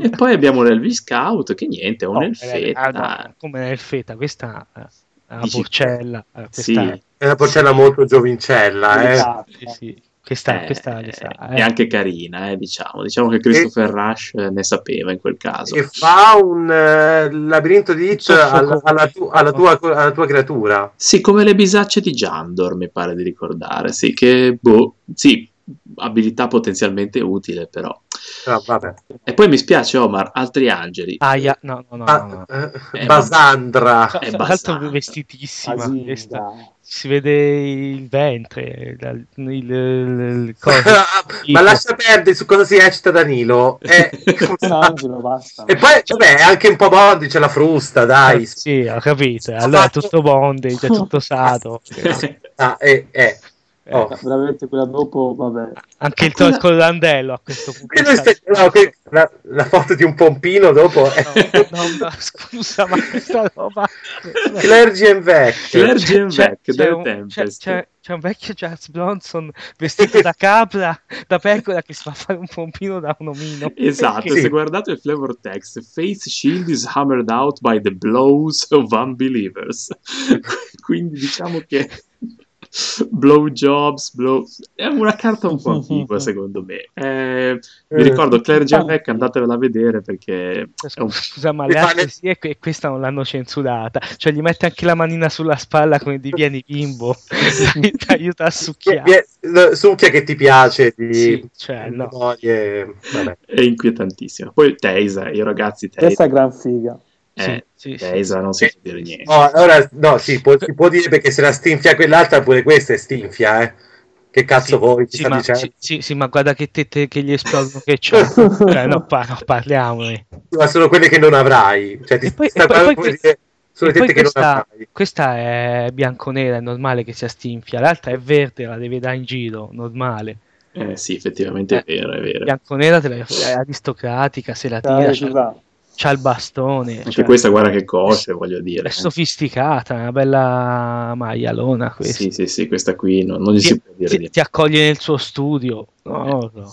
Speaker 3: E poi abbiamo l'Elvis Scout, che niente, è un
Speaker 5: No,
Speaker 3: elfetta.
Speaker 5: Oh, ah, no, come l'elfetta, questa è una
Speaker 3: Dici-
Speaker 5: porcella. eh, Questa,
Speaker 3: Sì,
Speaker 4: È una porcella molto giovincella, eh.
Speaker 6: Esatto.
Speaker 5: sì, sì, Questa,
Speaker 3: eh,
Speaker 5: questa le sa, eh.
Speaker 3: è anche carina, eh, diciamo. Diciamo che Christopher Rush eh, ne sapeva in quel caso.
Speaker 4: e fa un eh, labirinto di hit
Speaker 5: Soffocante.
Speaker 4: alla, alla tu- alla tua, alla tua creatura.
Speaker 3: Sì, come le bisacce di Jandor, mi pare di ricordare. Sì, che boh, sì, abilità potenzialmente utile, però.
Speaker 4: Ah, vabbè.
Speaker 3: E poi mi spiace, Omar, altri angeli.
Speaker 5: Aia, no, no, no,
Speaker 4: Ah,
Speaker 5: no, no.
Speaker 4: eh,
Speaker 3: Eh,
Speaker 4: Basandra.
Speaker 5: Tra-
Speaker 3: è
Speaker 5: tra l'altro
Speaker 3: bastarda. Ah,
Speaker 5: vestitissima,
Speaker 6: Asinda.
Speaker 5: questa. si vede il ventre, dal- il, il- il coso.
Speaker 3: Ah,
Speaker 4: Ma lascia perdere su cosa si eccita Danilo. Eh,
Speaker 6: Un angelo, basta.
Speaker 4: e poi, vabbè, è anche un po' bondi, c'è la frusta, dai.
Speaker 5: Sì, ho capito. Allora è tutto bondage, è tutto sato.
Speaker 4: Ah, eh, eh. Oh.
Speaker 6: Veramente quella dopo, vabbè.
Speaker 5: Anche il
Speaker 3: Quella-
Speaker 5: Tosco Landello a questo punto.
Speaker 4: Che noi stai- no, che la, la foto di un pompino dopo eh. è
Speaker 5: No, no, no, scusa, ma questa roba.
Speaker 4: Clergy and Vecchio.
Speaker 3: Clergy and
Speaker 5: Cioè, C'è,
Speaker 3: Vecchio
Speaker 5: c'è
Speaker 3: delle
Speaker 5: un, c'è,
Speaker 3: Tempest.
Speaker 5: c'è- c'è un vecchio Charles Bronson vestito da capra, da pecora, che si fa fare un pompino da un omino.
Speaker 3: Esatto,
Speaker 4: Sì.
Speaker 3: se guardate il flavor text, Faith Shield is hammered out by the blows of unbelievers. Quindi diciamo che blowjobs, blow... è una carta un po' ambigua secondo me. Eh, vi
Speaker 4: Eh.
Speaker 3: ricordo Clergy
Speaker 5: diciamo
Speaker 3: and Vecchio, andatevela a vedere perché è un
Speaker 5: Scusa, ma
Speaker 4: Mi
Speaker 5: le
Speaker 4: fa
Speaker 5: altre
Speaker 4: le-
Speaker 5: sì, e que- e questa non l'hanno censurata. Cioè, gli mette anche la manina sulla spalla come divieni bimbo. Ti aiuta a
Speaker 4: Che-
Speaker 5: succhiare.
Speaker 4: che- l- Succhia che ti piace di
Speaker 5: Sì, cioè, no.
Speaker 4: memorie, vabbè.
Speaker 3: è inquietantissimo. Poi Teisa, io ragazzi,
Speaker 6: Questa
Speaker 3: Teisa,
Speaker 6: è gran figa.
Speaker 3: eh,
Speaker 5: Sì, sì, sì.
Speaker 4: esatto.
Speaker 3: Teisa non si può dire niente.
Speaker 4: No, allora, no, si può, si può dire perché se la stinfia quell'altra, pure questa è stinfia, eh. Che cazzo vuoi? Ti
Speaker 5: Sì,
Speaker 4: sta
Speaker 5: ma,
Speaker 4: dicendo?
Speaker 5: sì, sì, sì, ma guarda che tette che gli esplodono che c'ho. Cioè, no, pa- no, parliamone.
Speaker 4: Ma sono quelle che non avrai. Cioè, ti
Speaker 5: E poi-
Speaker 4: sta
Speaker 5: e poi- poi
Speaker 4: parlando come dire, sono
Speaker 5: e
Speaker 4: le tette
Speaker 5: poi
Speaker 4: che non
Speaker 5: questa,
Speaker 4: avrai.
Speaker 5: questa è bianconera, è normale che sia stinfia. L'altra è verde, la devi dare in giro, normale.
Speaker 3: Eh, sì, effettivamente è
Speaker 5: Eh,
Speaker 3: vero, è vero.
Speaker 5: Bianconera te la- è aristocratica, se la tira,
Speaker 6: Dai, ci
Speaker 5: c'ha,
Speaker 6: va.
Speaker 5: c'ha il bastone.
Speaker 3: Anche
Speaker 5: cioè,
Speaker 3: questa guarda che cosce, voglio
Speaker 5: è
Speaker 3: dire. eh.
Speaker 5: sofisticata, è una bella maialona questa.
Speaker 3: Sì, sì, sì, questa qui no- non gli si
Speaker 5: Ti,
Speaker 3: può dire
Speaker 5: ti-
Speaker 3: niente.
Speaker 5: ti accoglie nel suo studio. No, no.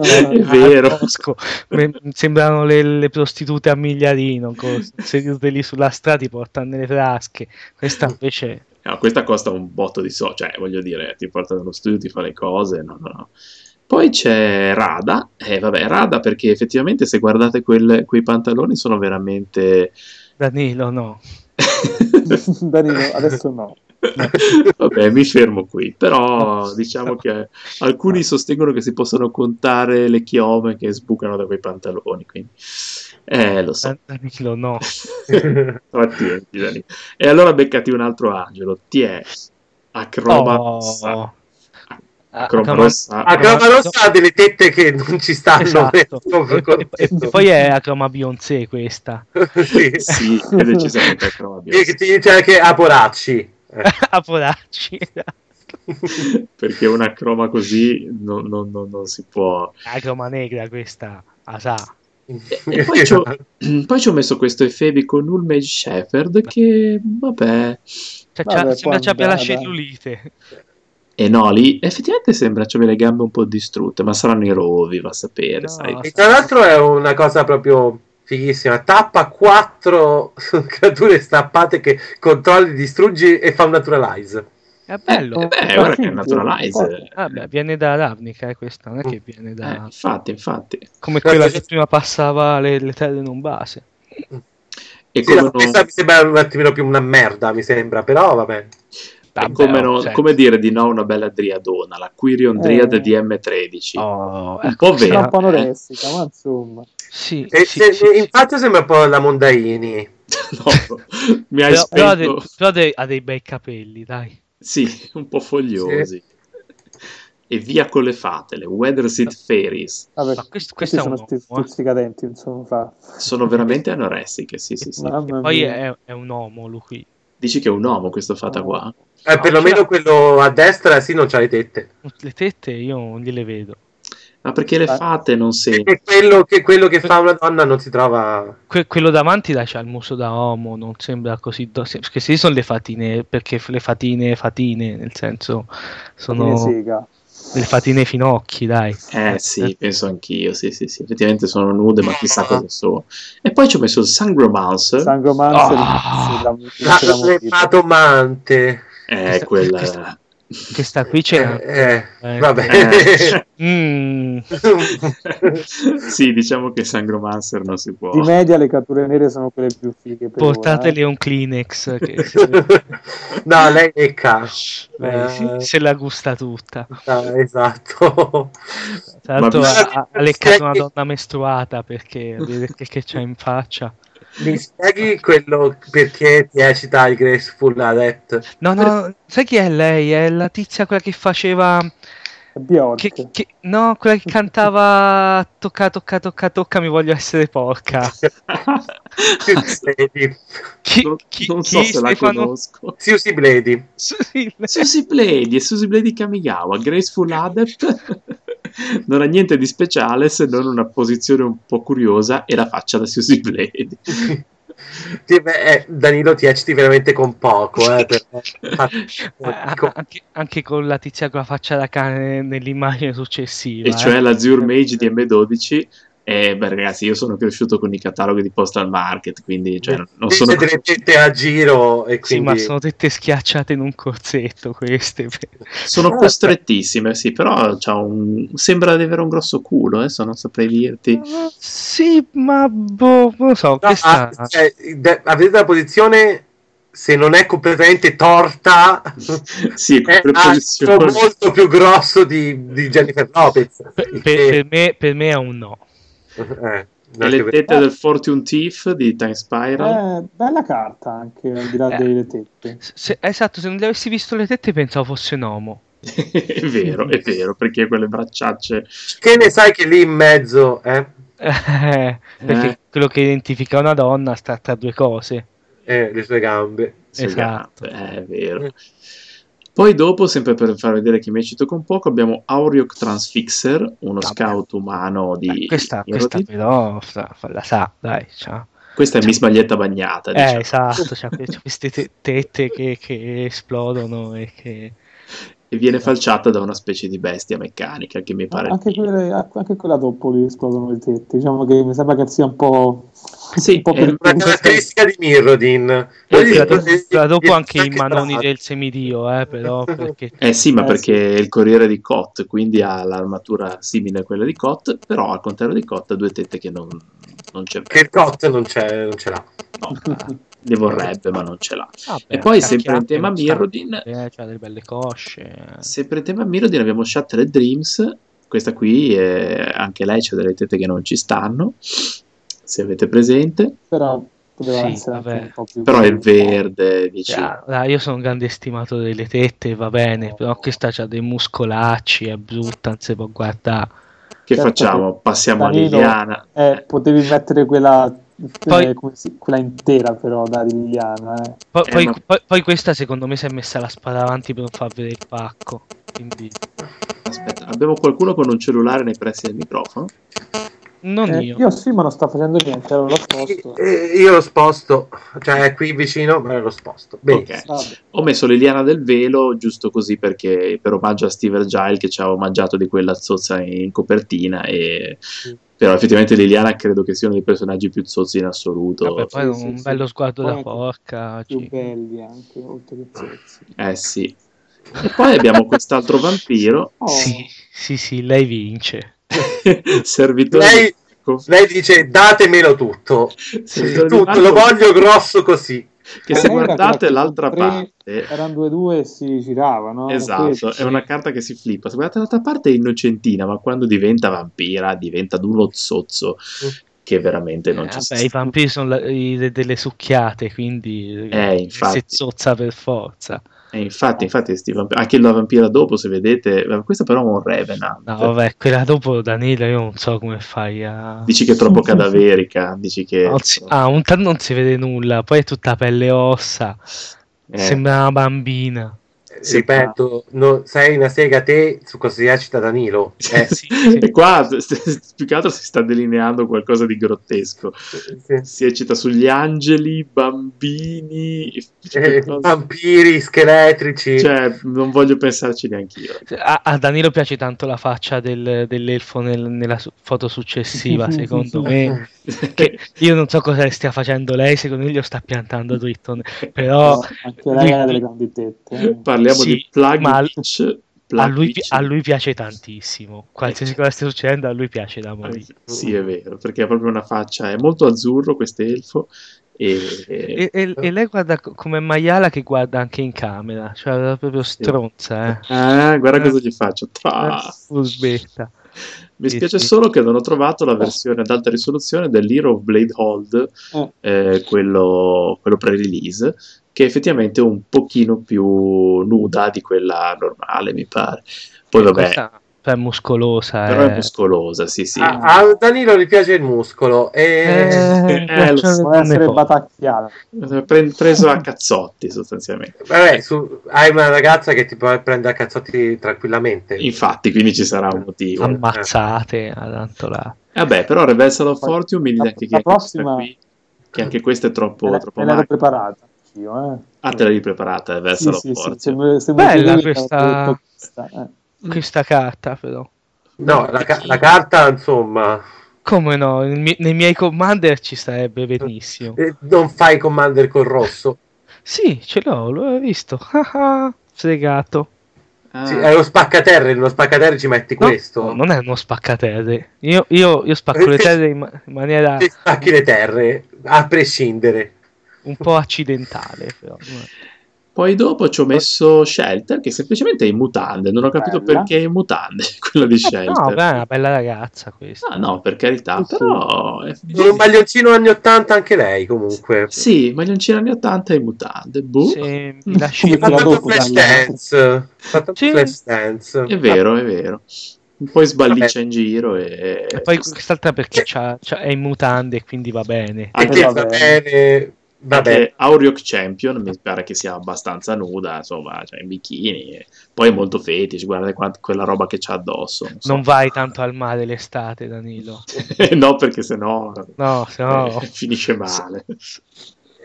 Speaker 3: È vero.
Speaker 5: Al Bosco. Me- sembrano le, le prostitute a migliarino co- sedute lì sulla strada ti portano nelle frasche questa invece
Speaker 3: No, questa costa un botto di so, cioè voglio dire, ti porta nello studio, ti fa le cose, no, no, no. Poi c'è Rada, e vabbè, Rada perché effettivamente se guardate quel- quei pantaloni sono veramente...
Speaker 5: Danilo no
Speaker 6: Danilo, adesso no.
Speaker 3: Vabbè, mi fermo qui, però diciamo che alcuni sostengono che si possono contare le chiome che sbucano da quei pantaloni, quindi eh, lo so.
Speaker 5: Dan- Danilo no
Speaker 4: Eh,
Speaker 3: Trattieniti, Dani. E allora beccati un altro angelo, ti è Acroma Rossa.
Speaker 5: Oh.
Speaker 3: Acroma
Speaker 5: Acroma-
Speaker 3: Rossa.
Speaker 4: A Crama
Speaker 5: no.
Speaker 4: Rossa ha delle tette che non ci stanno.
Speaker 5: Esatto.
Speaker 4: eh, con-
Speaker 5: E, e- e poi è Acroma Beyoncé questa
Speaker 4: sì.
Speaker 3: Sì, è decisamente Acroma
Speaker 4: E
Speaker 3: Rossa.
Speaker 4: che ti dice anche Aporacci. Eh.
Speaker 5: a Poracci
Speaker 3: Perché una croma così non, non- non- non si può.
Speaker 5: Acroma Negra questa ah, sa.
Speaker 3: E poi c'ho- Poi ci ho messo questo Efebico Nulmage Shepherd che, vabbè,
Speaker 5: Cioè,
Speaker 6: Vabbè,
Speaker 5: c'ha-
Speaker 6: può
Speaker 5: sembra ci abbia la
Speaker 6: andare, dai.
Speaker 5: cellulite
Speaker 3: e no, lì effettivamente sembra ci avere le gambe un po' distrutte, ma saranno i rovi, va a sapere,
Speaker 5: No.
Speaker 3: sai.
Speaker 4: E tra l'altro è una cosa proprio fighissima. Tappa 4 creature stappate che controlli, distruggi e fa un naturalize.
Speaker 5: è
Speaker 3: Bello.
Speaker 5: bello
Speaker 3: beh, guarda Eh, che è Naturalize.
Speaker 5: Ah, beh, viene da Ravnica eh, questa non è che viene
Speaker 3: Eh,
Speaker 5: da
Speaker 3: infatti, infatti.
Speaker 5: come
Speaker 4: Guarda,
Speaker 5: quella
Speaker 4: se-
Speaker 5: che prima passava le, le terre non base
Speaker 3: E
Speaker 4: Sì,
Speaker 3: come
Speaker 4: no,
Speaker 3: non-
Speaker 4: Questa mi sembra un attimino più una merda, mi sembra, però vabbè.
Speaker 5: Vabbè,
Speaker 3: come,
Speaker 5: oh,
Speaker 3: no-
Speaker 5: cioè-
Speaker 3: come dire di no una bella driadona, la Quirion Driad
Speaker 6: Eh.
Speaker 3: di M13.
Speaker 5: Oh,
Speaker 3: un
Speaker 5: ecco,
Speaker 3: po'
Speaker 5: sì,
Speaker 3: vero.
Speaker 6: Troppo
Speaker 3: eh.
Speaker 6: anoressica, ma insomma.
Speaker 5: Sì,
Speaker 4: E-
Speaker 5: sì,
Speaker 4: se-
Speaker 5: sì,
Speaker 4: e
Speaker 5: sì.
Speaker 4: in faccia sembra un po' la Mondaini. Eh,
Speaker 3: No, mi hai
Speaker 5: Però, però ha,
Speaker 3: spento.
Speaker 5: de- però ha dei- ha dei bei capelli, dai.
Speaker 3: Sì, un po' fogliosi. E via con le fate, le Weatherseed Fairies.
Speaker 6: Vabbè,
Speaker 5: Ma questo- questo
Speaker 6: questi
Speaker 5: è
Speaker 6: sono
Speaker 5: un
Speaker 6: sti-
Speaker 5: uomo, eh.
Speaker 6: stuzzicadenti, insomma.
Speaker 3: Sono veramente anoressiche, sì, sì, sì.
Speaker 6: Mamma
Speaker 5: E poi
Speaker 6: mia.
Speaker 5: è, è un uomo lui. qui.
Speaker 3: Dici che è un uomo questo fata qua?
Speaker 4: Eh,
Speaker 5: No,
Speaker 4: perlomeno
Speaker 5: cioè-
Speaker 4: quello a destra sì non c'ha le tette.
Speaker 5: Le tette io non gliele vedo.
Speaker 3: Ma perché le
Speaker 6: Eh.
Speaker 3: fate non sentono?
Speaker 4: Perché quello che, quello che fa una donna non si trova...
Speaker 5: Que- quello davanti dai, c'ha il muso da uomo, non sembra così... Do- se- queste sono le fatine, perché f- le fatine, fatine, nel senso, sono Eh?
Speaker 6: Fine sega.
Speaker 5: le fatine finocchi, dai.
Speaker 3: Eh sì, penso anch'io, sì, sì, sì. Effettivamente sono nude, ma chissà cosa sono. E poi ci ho messo il Sangromancer.
Speaker 6: Sangomanza
Speaker 5: Ah.
Speaker 4: La, la, l'epatomante.
Speaker 3: eh, quella... era-
Speaker 5: Questa qui
Speaker 4: Eh,
Speaker 5: c'è...
Speaker 4: eh,
Speaker 5: eh.
Speaker 4: vabbè.
Speaker 3: Eh.
Speaker 5: Mm,
Speaker 3: sì, diciamo che Sangromancer non si può.
Speaker 6: di media le catture nere sono quelle più fighe per
Speaker 5: portatele un Kleenex, che se,
Speaker 4: no, lei è K.
Speaker 5: lei
Speaker 3: Eh.
Speaker 5: si- se la gusta tutta.
Speaker 4: Ah, esatto.
Speaker 5: Tra l'altro
Speaker 3: Ma
Speaker 5: ha,
Speaker 4: bisogna-
Speaker 5: ha- ha leccato una
Speaker 4: bisogna-
Speaker 5: donna mestruata perché a vedere che, che c'ha in faccia.
Speaker 4: Mi spieghi quello perché ti escita il Graceful Adept?
Speaker 5: No, no, sai chi è lei? È la tizia quella che faceva
Speaker 6: eh. È Bjork.
Speaker 5: Che- che- no, quella che cantava Tocca, tocca, tocca, tocca, mi voglio essere porca.
Speaker 4: Lady.
Speaker 5: Chi,
Speaker 3: non,
Speaker 5: chi-
Speaker 3: non
Speaker 5: chi,
Speaker 3: so se la
Speaker 5: Stefano?
Speaker 3: conosco.
Speaker 4: Susie Blady.
Speaker 5: Sì,
Speaker 3: Susie Blady e Susie Blady Kamigawa, Graceful Adept. Non ha niente di speciale se non una posizione un po' curiosa e la faccia da Susie Blady.
Speaker 4: Sì, beh, eh, Danilo ti ecciti veramente con poco. Eh, per- Ah,
Speaker 3: Cioè,
Speaker 5: Ah,
Speaker 4: dico-
Speaker 5: anche, anche con la tizia con la faccia da cane nell'immagine successiva.
Speaker 3: e cioè
Speaker 5: eh.
Speaker 3: l'Azure Mage di M12. E beh, ragazzi, io sono cresciuto con i cataloghi di Postal Market, quindi cioè, non- non
Speaker 4: Sì,
Speaker 3: sono.
Speaker 4: siete delle tette a giro e
Speaker 5: Sì,
Speaker 4: quindi...
Speaker 5: ma sono dette schiacciate in un corsetto queste.
Speaker 3: Sono
Speaker 4: Ah,
Speaker 3: costrettissime, sì, però c'ha un- sembra di avere un grosso culo, adesso non saprei dirti.
Speaker 5: Sì, ma boh, non lo so,
Speaker 4: No,
Speaker 5: questa...
Speaker 4: ah, cioè, de- avete la posizione, se non è completamente torta,
Speaker 3: Mm. Sì,
Speaker 4: è
Speaker 3: per
Speaker 4: altro Eh, ah, molto più grosso di, di Jennifer Lopez.
Speaker 5: per,
Speaker 4: Il che-
Speaker 5: per me, per me è un no.
Speaker 4: eh, no,
Speaker 3: E le
Speaker 4: che-
Speaker 3: tette del Fortune Thief di Time
Speaker 5: Ah.
Speaker 3: Spiral.
Speaker 6: Eh, bella carta anche al di là
Speaker 5: Eh.
Speaker 6: delle tette.
Speaker 5: Se- esatto, se non gli avessi visto le tette pensavo fosse un uomo.
Speaker 3: è vero, è vero, perché quelle bracciacce.
Speaker 4: Che ne sai che lì in mezzo, eh?
Speaker 5: Eh, perché
Speaker 3: Eh.
Speaker 5: quello che identifica una donna sta tra due cose.
Speaker 4: Eh, le sue gambe.
Speaker 3: sulle
Speaker 5: Esatto.
Speaker 3: gambe, eh, è vero. Poi dopo, sempre per far vedere che mi eccito con poco, abbiamo Auriok Transfixer, uno
Speaker 5: Vabbè.
Speaker 3: scout umano di...
Speaker 5: Eh, questa, questa
Speaker 3: Irodi.
Speaker 5: però sa- la sa, dai, ciao.
Speaker 3: Questa è
Speaker 5: Cioè-
Speaker 3: Miss Maglietta Bagnata,
Speaker 5: Eh,
Speaker 3: diciamo.
Speaker 5: esatto, c'ha que- c'ha queste te- tette che, che esplodono e che...
Speaker 3: E viene falciata da una specie di bestia meccanica che mi pare...
Speaker 6: Ah, Anche, quelle, anche quella dopo gli esplodono le tette. Diciamo che mi sembra che sia un po'.
Speaker 3: Sì,
Speaker 6: un po'
Speaker 3: è
Speaker 6: pericoloso.
Speaker 4: Una caratteristica di Mirrodin. Voi
Speaker 3: Eh,
Speaker 5: Quella
Speaker 4: dite-
Speaker 5: dopo, quella dopo anche i
Speaker 4: anche
Speaker 5: manoni
Speaker 4: bravo.
Speaker 5: del semidio, eh, però, perché...
Speaker 3: Eh sì, ma
Speaker 6: Eh,
Speaker 3: perché è il corriere di Cot, quindi ha l'armatura simile a quella di Cot, però al contrario di Cot ha due tette che non, non c'è.
Speaker 4: Che il cot non, c'è- non ce l'ha.
Speaker 3: No, le vorrebbe, ma non ce l'ha.
Speaker 6: Eh,
Speaker 5: Vabbè,
Speaker 3: E poi, sempre in
Speaker 5: cacchiate,
Speaker 3: tema
Speaker 5: non sta-
Speaker 3: Mirrodin,
Speaker 5: Eh, c'ha delle belle cosce.
Speaker 3: Sempre in tema Mirrodin abbiamo Shattered Dreams, questa qui è- anche lei c'ha delle tette che non ci stanno, se avete presente,
Speaker 6: Però
Speaker 5: Sì,
Speaker 6: poteva essere anche
Speaker 5: vabbè.
Speaker 6: un po' più.
Speaker 3: però è verde, dici,
Speaker 5: Ah, ah, io sono un grande stimato delle tette, va bene, però questa c'ha dei muscolacci, è brutta, non si può guardare.
Speaker 3: che
Speaker 6: certo
Speaker 3: facciamo?
Speaker 6: che-
Speaker 3: Passiamo a
Speaker 6: Danilo,
Speaker 3: Liliana.
Speaker 6: Eh, potevi mettere quella,
Speaker 5: Poi-
Speaker 6: eh, come si- quella intera, però, da Liliana. Eh.
Speaker 5: Poi,
Speaker 3: Eh,
Speaker 5: poi-
Speaker 3: ma-
Speaker 5: poi- poi questa secondo me si è messa la spada avanti per non far vedere il pacco. Quindi,
Speaker 3: Aspetta, abbiamo qualcuno con un cellulare nei pressi del microfono?
Speaker 5: non
Speaker 6: Eh,
Speaker 5: io.
Speaker 6: io sì, ma non sta facendo niente, allora l'ho posto.
Speaker 4: Eh, Io lo sposto, cioè è qui vicino, ma lo sposto. Bene.
Speaker 3: Ok.
Speaker 6: Vabbè.
Speaker 3: Ho messo Liliana del Velo giusto così perché per omaggio a Steve Agile che ci ha omaggiato di quella zozza in copertina e... Però effettivamente Liliana credo che sia uno dei personaggi più zozzi in assoluto.
Speaker 5: Vabbè, poi
Speaker 6: sì,
Speaker 5: un
Speaker 6: sì, sì.
Speaker 5: bello sguardo
Speaker 6: Poi
Speaker 5: da
Speaker 6: anche
Speaker 5: porca.
Speaker 6: Più
Speaker 5: sì.
Speaker 6: belli anche, oltre che zozzi.
Speaker 3: Eh sì. E poi abbiamo quest'altro vampiro,
Speaker 6: Oh,
Speaker 5: Sì, sì, sì, lei vince.
Speaker 3: servitore
Speaker 4: Lei,
Speaker 3: di Marco,
Speaker 4: lei dice datemelo tutto,
Speaker 3: servitore di
Speaker 4: tutto,
Speaker 3: Marco,
Speaker 4: lo voglio grosso così.
Speaker 3: che se
Speaker 6: Ma lei era
Speaker 3: guardate
Speaker 6: quella
Speaker 3: l'altra
Speaker 6: tipo tre-
Speaker 3: parte...
Speaker 6: Erano due due e si giravano. era
Speaker 3: Esatto,
Speaker 6: questo.
Speaker 3: è una carta che si flippa. Se guardate l'altra parte è innocentina, ma quando diventa vampira diventa d'uno zozzo che veramente non
Speaker 5: Eh,
Speaker 3: ci
Speaker 5: vabbè, i vampiri sono la- i- de- delle succhiate, quindi
Speaker 3: Eh, infatti.
Speaker 5: si zozza per forza.
Speaker 3: E Eh, infatti, infatti, sti vamp- anche la vampira dopo, se vedete, eh, questa però è un Revenant.
Speaker 5: No, vabbè, quella dopo Danilo io non so come fai a...
Speaker 3: Dici che è troppo cadaverica, dici che...
Speaker 5: Non si- Ah, un tanto non si vede nulla, poi è tutta pelle e ossa,
Speaker 3: Eh,
Speaker 5: sembra una bambina.
Speaker 3: Sì,
Speaker 4: Ripeto, no- sei una sega te su cosa si eccita Danilo. Eh,
Speaker 5: Sì, sì.
Speaker 3: E qua s- s- più che altro si sta delineando qualcosa di grottesco.
Speaker 4: sì.
Speaker 3: Si eccita sugli angeli, bambini,
Speaker 4: Eh,
Speaker 3: cioè,
Speaker 4: vampiri, scheletrici.
Speaker 3: non voglio pensarci neanche io.
Speaker 5: A, a Danilo piace tanto la faccia del- dell'elfo nel- nella su- foto successiva, secondo
Speaker 4: Ah,
Speaker 5: me. Che io non so cosa stia facendo lei, secondo me lo sta piantando dritto. ne- Però
Speaker 6: Anche lei ha delle grandi tette. eh.
Speaker 3: Parliamo
Speaker 5: Sì,
Speaker 3: di Plug
Speaker 5: ma-
Speaker 3: Witch, Plug
Speaker 5: a lui, pi-
Speaker 3: Witch.
Speaker 5: a lui piace tantissimo. Qualsiasi cosa stia succedendo, a lui piace da morire.
Speaker 3: Eh. Sì, è vero, perché ha proprio una faccia, è molto azzurro quest'elfo. E,
Speaker 5: E, e- e lei guarda co- come Maiala che guarda anche in camera, cioè proprio stronza, eh.
Speaker 3: Ah, guarda cosa gli faccio. Tra.
Speaker 5: Eh, furbetta.
Speaker 3: Mi
Speaker 5: Sì,
Speaker 3: spiace
Speaker 5: sì. Eh.
Speaker 3: solo che non ho trovato la versione ad alta risoluzione dell'Hero of Blade Hold,
Speaker 6: Eh.
Speaker 3: eh, quello, quello pre-release, che è effettivamente un pochino più nuda di quella normale, mi pare. Poi vabbè,
Speaker 5: Eh, Questa però è muscolosa.
Speaker 3: Però
Speaker 5: eh.
Speaker 3: è muscolosa, sì, sì.
Speaker 6: Ah.
Speaker 4: A, a Danilo gli piace il muscolo e
Speaker 5: Eh,
Speaker 3: Eh, lo so,
Speaker 5: non
Speaker 6: può
Speaker 5: ne
Speaker 6: essere
Speaker 5: posso.
Speaker 6: batacchiata.
Speaker 3: Eh, Pre- preso a cazzotti, sostanzialmente.
Speaker 4: vabbè, su- hai una ragazza che ti può prendere a cazzotti
Speaker 5: Eh.
Speaker 4: tranquillamente.
Speaker 3: Infatti, quindi ci sarà un motivo. Eh,
Speaker 5: ammazzate a tanto là.
Speaker 3: Vabbè, però Reversal of Fortune mi dite
Speaker 6: La-
Speaker 3: anche che
Speaker 6: la
Speaker 3: anche questa
Speaker 6: prossima-
Speaker 3: qui, che anche questa è troppo,
Speaker 6: Me la-
Speaker 3: troppo
Speaker 6: me l'ero
Speaker 3: magra.
Speaker 6: preparata anch'io, eh.
Speaker 3: Ah, te l'hai preparata
Speaker 6: Sì,
Speaker 3: Reversal
Speaker 6: sì,
Speaker 3: of
Speaker 6: sì,
Speaker 3: Fortune.
Speaker 6: se me- se me
Speaker 5: Bella
Speaker 6: lo chiedete,
Speaker 5: questa-
Speaker 6: l'avrei detto questa, eh.
Speaker 5: Questa carta, però.
Speaker 4: No, la, ca- la carta, insomma,
Speaker 5: Come no? Nel mi- nei miei commander ci starebbe benissimo.
Speaker 4: eh, non fai commander col rosso.
Speaker 5: Sì, ce l'ho, l'ho visto. Ah, ah, Fregato.
Speaker 3: Ah,
Speaker 4: Sì, è lo spaccaterre, nello spaccaterre ci metti
Speaker 5: No,
Speaker 4: questo.
Speaker 5: non è uno spaccaterre. Io, io, io spacco le terre in, ma- in maniera
Speaker 4: Ti spacchi le terre, a prescindere.
Speaker 5: un po' accidentale, però.
Speaker 3: Poi dopo ci ho messo Shelter, che semplicemente è in mutande. Non ho capito
Speaker 6: Bella.
Speaker 3: perché è in mutande quella di
Speaker 5: Eh, no,
Speaker 3: Shelter.
Speaker 5: beh, è una bella ragazza questa.
Speaker 3: Ah, no, per carità,
Speaker 6: Sì, sì.
Speaker 3: però... è-
Speaker 4: Con un maglioncino anni 80 anche lei, comunque.
Speaker 3: Sì, maglioncino anni 80 e in mutande. Boh.
Speaker 5: Se mi lasci
Speaker 6: Come
Speaker 4: Fa
Speaker 6: la
Speaker 4: tanto
Speaker 6: dopo,
Speaker 4: flash
Speaker 6: Gianni.
Speaker 4: dance. Fa tanto
Speaker 5: Sì.
Speaker 4: flash dance.
Speaker 3: È vero, è vero. Poi sballiccia in giro e...
Speaker 5: E poi quest'altra perché c'ha- c'ha- è in mutande, quindi va bene.
Speaker 4: Ah,
Speaker 3: Anche
Speaker 4: Perché
Speaker 6: va
Speaker 4: va
Speaker 6: bene.
Speaker 4: bene. Va bene.
Speaker 3: Perché Auriok Champion mi pare che sia abbastanza nuda, insomma, cioè in bikini. e Poi è molto fetish, guarda quant- quella roba che c'ha addosso. Non, so.
Speaker 5: Non vai tanto al mare l'estate, Danilo.
Speaker 3: no, perché sennò
Speaker 5: No, se no.
Speaker 3: eh, mm. finisce male.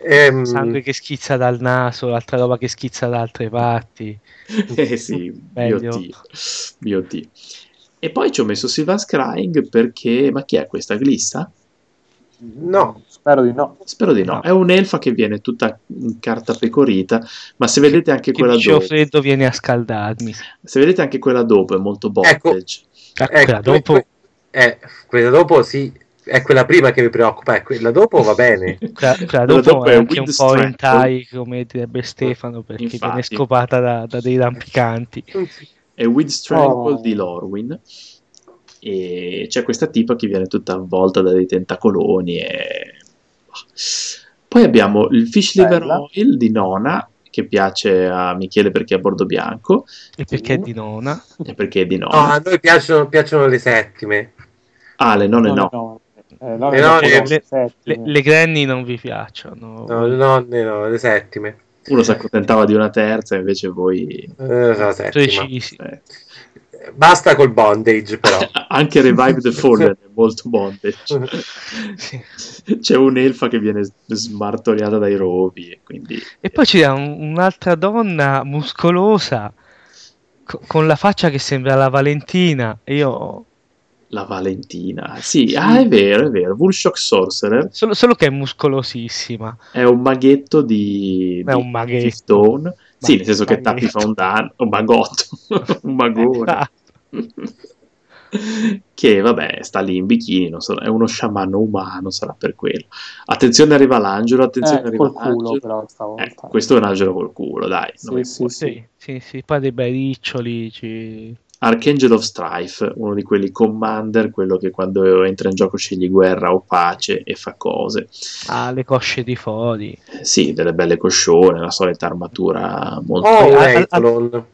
Speaker 4: Ehm,
Speaker 5: Sangue che schizza dal naso, altra roba che schizza da altre parti.
Speaker 3: eh sì,
Speaker 5: Meglio.
Speaker 3: BOT. BOT. E poi ci ho messo Sylvan Scrying perché... Ma chi è questa glissa?
Speaker 4: No.
Speaker 6: Spero di no.
Speaker 3: Spero di no.
Speaker 5: No.
Speaker 3: È un'elfa che viene tutta in carta pecorita, ma se vedete anche
Speaker 5: Che
Speaker 3: quella
Speaker 5: dicevo
Speaker 3: dopo...
Speaker 5: freddo viene a scaldarmi.
Speaker 3: Se vedete anche quella dopo è molto cioè bottage.
Speaker 5: Ah,
Speaker 4: Ecco,
Speaker 5: quella dopo,
Speaker 4: que- eh, quella dopo sì, è quella prima che mi preoccupa, è quella dopo va bene.
Speaker 5: quella, quella Cioè, dopo è anche un po' in
Speaker 3: Tie
Speaker 5: tie, come direbbe Stefano, perché
Speaker 3: Infatti.
Speaker 5: viene scopata da, da dei rampicanti.
Speaker 3: è With Strangle
Speaker 6: Oh.
Speaker 3: di Lorwyn. E c'è questa tipa che viene tutta avvolta da dei tentacoloni. E... Poi abbiamo il Fish Liver
Speaker 6: Bella.
Speaker 3: Oil di Nona, che piace a Michele perché è a bordo bianco
Speaker 5: E perché è di nona?
Speaker 3: e perché è di
Speaker 4: Ah, No,
Speaker 3: Nona.
Speaker 4: a noi piacciono, piacciono le settime.
Speaker 3: ah, le nonne
Speaker 6: No,
Speaker 3: no.
Speaker 6: no. Eh,
Speaker 4: Eh, no,
Speaker 6: no,
Speaker 4: le-
Speaker 6: le-
Speaker 5: Le,
Speaker 6: settime.
Speaker 5: le granny non vi piacciono.
Speaker 4: No, le nonne no, le settime.
Speaker 3: Uno si accontentava di una terza, invece voi...
Speaker 4: Eh, la settima.
Speaker 5: Precisi.
Speaker 3: eh.
Speaker 4: Basta col bondage, però.
Speaker 3: Anche Revive the Fallen è molto bondage.
Speaker 5: Sì.
Speaker 3: C'è un'elfa che viene smartoriata dai rovi e quindi...
Speaker 5: E poi c'è un- un'altra donna muscolosa co- con la faccia che sembra la Valentina. E io.
Speaker 3: La Valentina, sì, ah, è vero, è vero. Vulshock Sorcerer
Speaker 5: Solo, solo che è muscolosissima.
Speaker 3: è un maghetto di,
Speaker 5: Ma è
Speaker 3: di
Speaker 5: un maghetto.
Speaker 3: Fifth Dawn. sì, nel senso che
Speaker 5: maghetto.
Speaker 3: tappi fa un danno, un magotto, un magone.
Speaker 5: Esatto.
Speaker 3: che vabbè, sta lì in bikini, non so, è uno sciamano umano, sarà per quello. Attenzione, arriva l'angelo, attenzione,
Speaker 6: Eh,
Speaker 3: arriva
Speaker 6: col culo,
Speaker 3: l'angelo.
Speaker 6: però,
Speaker 3: Eh,
Speaker 6: stavolta.
Speaker 3: questo è un angelo col culo, dai. non mi
Speaker 6: Sì, sì,
Speaker 3: puoi.
Speaker 6: sì.
Speaker 5: Sì, sì, sì, poi dei bei riccioli. Ci...
Speaker 3: Archangel of Strife, uno di quelli commander, quello che quando entra in gioco sceglie guerra o pace e fa cose.
Speaker 5: Ha le cosce di fuori.
Speaker 3: Sì, delle belle coscione, la solita armatura molto...
Speaker 4: Oh,
Speaker 5: Poi, a- a-
Speaker 4: Eidolon.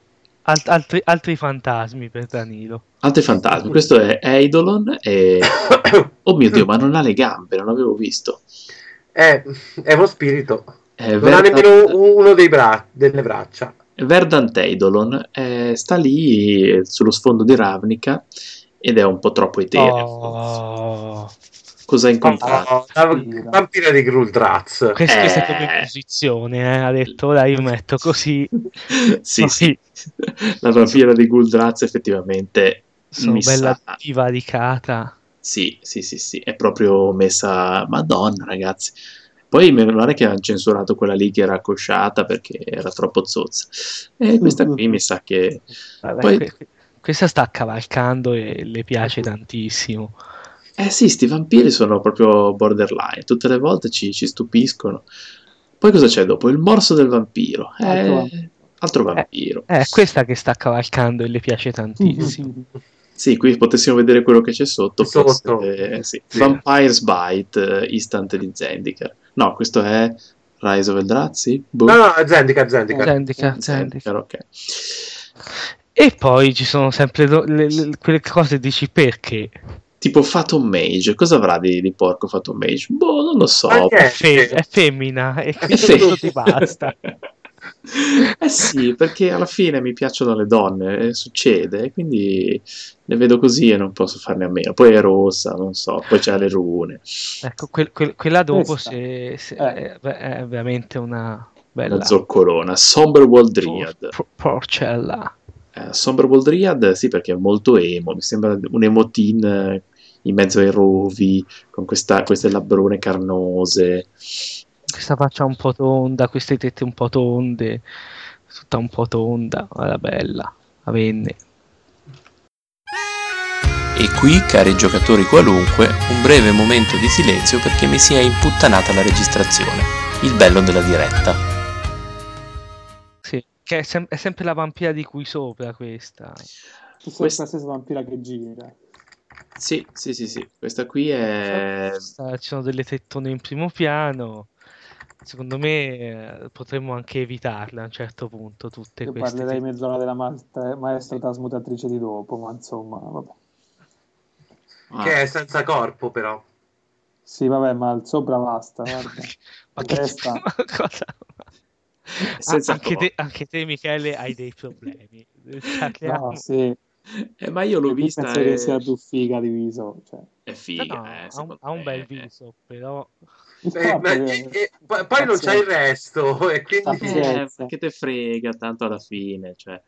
Speaker 5: Al- altri, altri fantasmi per Danilo.
Speaker 3: Altri fantasmi, questo è Eidolon e... Oh mio Dio, ma non ha le gambe, non l'avevo visto.
Speaker 4: Eh, è uno spirito.
Speaker 3: È
Speaker 4: Non ha
Speaker 3: Verdant-
Speaker 4: nemmeno uno dei bra- delle braccia.
Speaker 3: Verdant Eidolon eh, sta lì eh, sullo sfondo di Ravnica ed è un po' troppo etereo.
Speaker 5: Oh,
Speaker 3: eh,
Speaker 5: Ah,
Speaker 3: Cosa ha incontrato?
Speaker 4: Oh, la
Speaker 6: Vampira.
Speaker 4: vampira di Gruldraz.
Speaker 5: questa, questa è
Speaker 3: Eh.
Speaker 5: proprio in posizione. eh, Ha detto, ora io metto così.
Speaker 3: sì, sì. La vampira di Guldraz effettivamente
Speaker 5: Sono
Speaker 3: Mi
Speaker 5: bella
Speaker 3: sa.
Speaker 5: divaricata.
Speaker 3: Sì, sì, sì, sì, è proprio messa... Madonna, ragazzi. Poi mi pare che hanno censurato quella lì che era accosciata perché era troppo zozza. E questa qui mi sa che...
Speaker 5: Vabbè,
Speaker 3: Poi-
Speaker 5: que- que- questa sta cavalcando e le piace tantissimo.
Speaker 3: Eh sì, sti vampiri sono proprio borderline, tutte le volte ci, ci stupiscono. Poi cosa c'è dopo? Il morso del vampiro. Eh,
Speaker 6: Altro
Speaker 3: altro,
Speaker 6: vampiro.
Speaker 3: vampiro.
Speaker 5: Eh, è questa che sta cavalcando e le piace tantissimo.
Speaker 3: Sì, qui potessimo vedere quello che c'è sotto.
Speaker 4: Sotto.
Speaker 3: forse, eh, sì.
Speaker 4: Sì.
Speaker 3: Vampire's Bite, eh, Instant di Zendikar. No, questo è Rise of Eldrazi? Boh.
Speaker 6: Mm-hmm.
Speaker 5: Ah,
Speaker 4: No, no, Zendika, Zendika.
Speaker 5: Zendika,
Speaker 3: Zendikar,
Speaker 5: Zendika.
Speaker 3: ok.
Speaker 5: E poi ci sono sempre lo- le- le- quelle cose dici perché?
Speaker 3: Tipo Phantom Mage, cosa avrà di, di porco Phantom Mage? Boh, non lo so.
Speaker 6: Eh,
Speaker 4: Ma che
Speaker 5: È, fe- è femmina e quindi
Speaker 3: Sì.
Speaker 5: tutto ti basta.
Speaker 3: eh sì, perché alla fine mi piacciono le donne, eh, succede, e quindi le vedo così e non posso farne a meno. Poi è rossa, non so, poi c'ha le rune.
Speaker 5: Ecco, quel- quel- quella dopo
Speaker 6: Questa.
Speaker 5: se- se- è,
Speaker 6: Eh.
Speaker 5: è veramente una bella
Speaker 3: La zoccolona, Somberwald Dryad.
Speaker 5: por- porcella.
Speaker 3: Eh, Somberwald Dryad, sì, perché è molto emo, mi sembra un emotin eh, in mezzo ai rovi, con questa- queste labbrone carnose.
Speaker 5: Questa faccia un po' tonda, queste tette un po' tonde, tutta un po' tonda, era bella, la venne.
Speaker 1: E qui, cari giocatori qualunque, un breve momento di silenzio perché mi si è imputtanata la registrazione. Il bello della diretta.
Speaker 5: Sì, che è, sem- è sempre la vampira di cui sopra questa.
Speaker 6: Tu sei
Speaker 3: Quest-
Speaker 6: la stessa vampira che gira.
Speaker 3: Sì, sì, sì, sì, questa qui è...
Speaker 5: Questa- Cioè, Ci sono delle tettone in primo piano. Secondo me eh, potremmo anche evitarle a un certo punto tutte
Speaker 6: Io
Speaker 5: queste.
Speaker 6: parlerei mezz'ora della ma- maestra trasmutatrice di dopo, ma insomma, vabbè. Cioè,
Speaker 3: ah,
Speaker 4: Che è senza corpo, però.
Speaker 6: Sì, vabbè, ma al sopra basta,
Speaker 3: eh.
Speaker 6: guarda.
Speaker 5: Ma che
Speaker 6: Testa.
Speaker 5: ma cosa?
Speaker 3: senza
Speaker 5: Ah, anche,
Speaker 3: corpo.
Speaker 5: te, anche te, Michele, hai dei problemi. Cioè, Parliamo-
Speaker 6: No, sì.
Speaker 3: Eh, ma io l'ho
Speaker 6: Io
Speaker 3: vista...
Speaker 6: penso
Speaker 3: eh,
Speaker 6: che sia più figa di viso. Cioè.
Speaker 3: È
Speaker 5: No,
Speaker 3: figa,
Speaker 5: no,
Speaker 3: eh,
Speaker 5: ha, un,
Speaker 3: secondo
Speaker 5: ha un
Speaker 3: me.
Speaker 5: bel viso, però
Speaker 6: Il
Speaker 4: Eh,
Speaker 6: fatto
Speaker 4: ma-
Speaker 6: che-
Speaker 4: e- e- poi poi non c'è il resto, e quindi...
Speaker 6: Pazienza.
Speaker 3: Eh, ma che te frega tanto alla fine, cioè.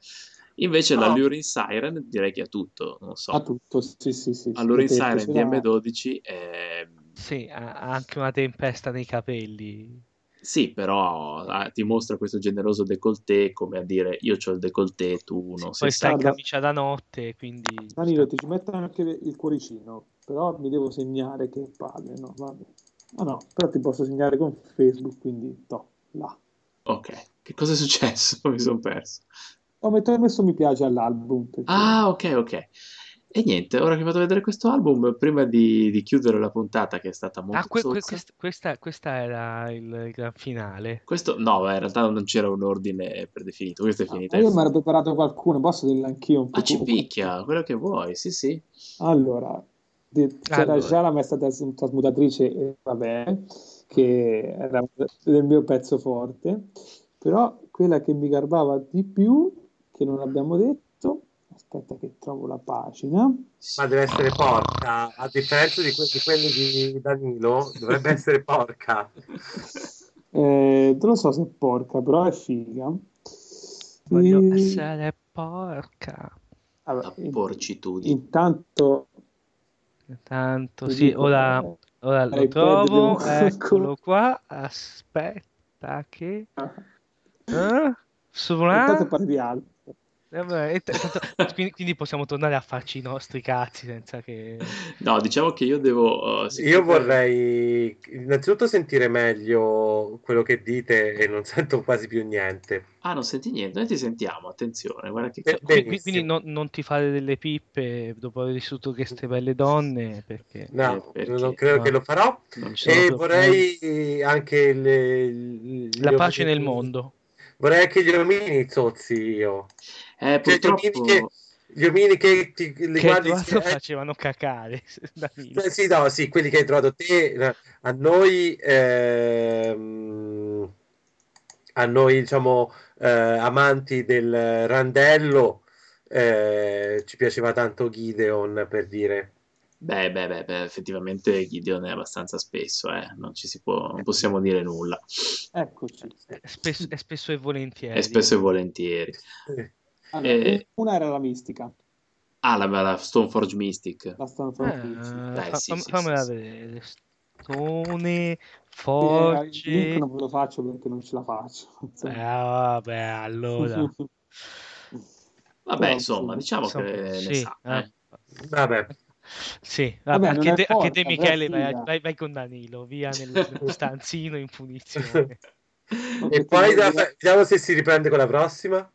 Speaker 3: Invece
Speaker 4: No.
Speaker 3: l'Allure in Siren direi che ha tutto, non so.
Speaker 6: Ha tutto, sì, sì, sì.
Speaker 3: Allure in
Speaker 6: Perché
Speaker 3: Siren
Speaker 6: ci sono-
Speaker 3: DM12 è...
Speaker 5: sì, ha, ha anche una tempesta nei capelli.
Speaker 3: Sì, però ah, ti mostra questo generoso décolleté come a dire io ho il décolleté, tu non sei
Speaker 5: Poi sta in
Speaker 3: stato.
Speaker 6: Guarda.
Speaker 5: camicia da notte, quindi...
Speaker 6: Danilo, ti ci mettono anche il cuoricino, però mi devo segnare che palle, no? Vabbè. Ah no, però ti posso segnare con Facebook, quindi to, là.
Speaker 3: Ok, che cosa è successo? Mi sono perso.
Speaker 6: Ho met- ho messo mi piace all'album. perché-
Speaker 3: Ah, ok, ok. E niente, ora che vado a vedere questo album, prima di, di chiudere la puntata che è stata molto
Speaker 5: Ah, que- que-
Speaker 3: sozza-
Speaker 5: quest- questa, questa era il gran finale.
Speaker 3: Questo no, beh, in realtà non c'era un ordine predefinito, questo è
Speaker 6: Ah,
Speaker 3: finito.
Speaker 6: ma io mi ero preparato qualcuno, posso dirlo anch'io un po'.
Speaker 3: Ma ci picchia, quello che vuoi, sì sì.
Speaker 6: Allora, de- c'era
Speaker 5: Allora.
Speaker 6: già la maestra tras- trasmutatrice, e vabbè, che era il mio pezzo forte, però quella che mi garbava di più, che non abbiamo detto, aspetta che trovo la pagina,
Speaker 4: Ma deve essere porca, a differenza di, que- di quelli di Danilo, dovrebbe essere porca.
Speaker 6: Eh, non lo so se è porca, però è figa.
Speaker 5: Voglio
Speaker 6: E-
Speaker 5: essere porca.
Speaker 6: vabbè,
Speaker 3: La
Speaker 6: in-
Speaker 3: porcitudine.
Speaker 6: Intanto
Speaker 5: Tanto,
Speaker 6: ti
Speaker 5: sì,
Speaker 6: dico,
Speaker 5: ora,
Speaker 6: eh,
Speaker 5: ora lo
Speaker 6: Harry
Speaker 5: trovo,
Speaker 6: Potter, devo-
Speaker 5: eccolo qua, aspetta che... Eh?
Speaker 6: intanto
Speaker 5: Suona?
Speaker 6: parli di altro.
Speaker 5: Eh, beh, e t- tanto- quindi, quindi possiamo tornare a farci i nostri cazzi senza che...
Speaker 3: No, diciamo che io devo... eh, siccome-
Speaker 4: Io vorrei innanzitutto sentire meglio quello che dite e non sento quasi più niente.
Speaker 3: Ah, non senti niente, noi ti sentiamo, attenzione, guarda che...
Speaker 4: Eh,
Speaker 3: ca-
Speaker 5: Qui- qui-
Speaker 4: Benissimo.
Speaker 5: quindi non, non ti fare delle pippe dopo aver vissuto queste belle donne perché
Speaker 4: No,
Speaker 3: Eh, perché?
Speaker 4: non credo
Speaker 5: No.
Speaker 4: che lo farò.
Speaker 3: non ci
Speaker 5: Sono
Speaker 4: E
Speaker 5: proprio-
Speaker 4: vorrei anche le- gli
Speaker 5: la pace
Speaker 4: omini-
Speaker 5: nel mondo
Speaker 4: Vorrei anche gli omini zozzi io.
Speaker 3: sono- Eh,
Speaker 4: Cioè, gli omini
Speaker 3: purtroppo...
Speaker 4: che- Gli omini che ti, li
Speaker 5: che
Speaker 4: guardi...
Speaker 5: Edoardo
Speaker 4: eh,
Speaker 5: facevano cacare Danilo.
Speaker 4: Eh, Sì, no, sì, quelli che hai trovato te, eh, a noi, ehm, a noi diciamo, eh, amanti del randello, eh, ci piaceva tanto Gideon per dire.
Speaker 3: Beh, beh, beh, beh, effettivamente Gideon è abbastanza spesso, eh, non ci si può... non possiamo dire nulla.
Speaker 6: Eccoci.
Speaker 5: È spesso, è spesso e volentieri
Speaker 3: E spesso e volentieri.
Speaker 6: Allora,
Speaker 3: Eh.
Speaker 6: Una era la mistica,
Speaker 3: Ah, la, la Stoneforge Mystic.
Speaker 6: la Stanford Pizzi.
Speaker 5: Ah,
Speaker 3: Dai,
Speaker 5: fa-
Speaker 3: sì,
Speaker 5: fam-
Speaker 3: sì,
Speaker 5: fammela
Speaker 3: sì,
Speaker 5: vedere stone
Speaker 6: Eh, Il
Speaker 5: forge
Speaker 6: link non ve lo faccio perché non ce la faccio.
Speaker 3: Eh,
Speaker 5: Beh,
Speaker 6: insomma.
Speaker 5: Eh, vabbè allora
Speaker 3: Vabbè,
Speaker 6: Però,
Speaker 3: insomma, diciamo
Speaker 5: Insomma,
Speaker 3: che ne
Speaker 5: sì,
Speaker 3: sa.
Speaker 5: eh.
Speaker 3: Eh.
Speaker 4: Vabbè,
Speaker 5: Sì,
Speaker 6: Vabbè,
Speaker 5: vabbè, anche,
Speaker 6: non è
Speaker 5: te, anche te,
Speaker 6: forte, però è
Speaker 5: Michele vai,
Speaker 6: figa.
Speaker 5: vai- vai con Danilo via nel, nello stanzino in punizione
Speaker 4: e poi da- vediamo se si riprende con la prossima.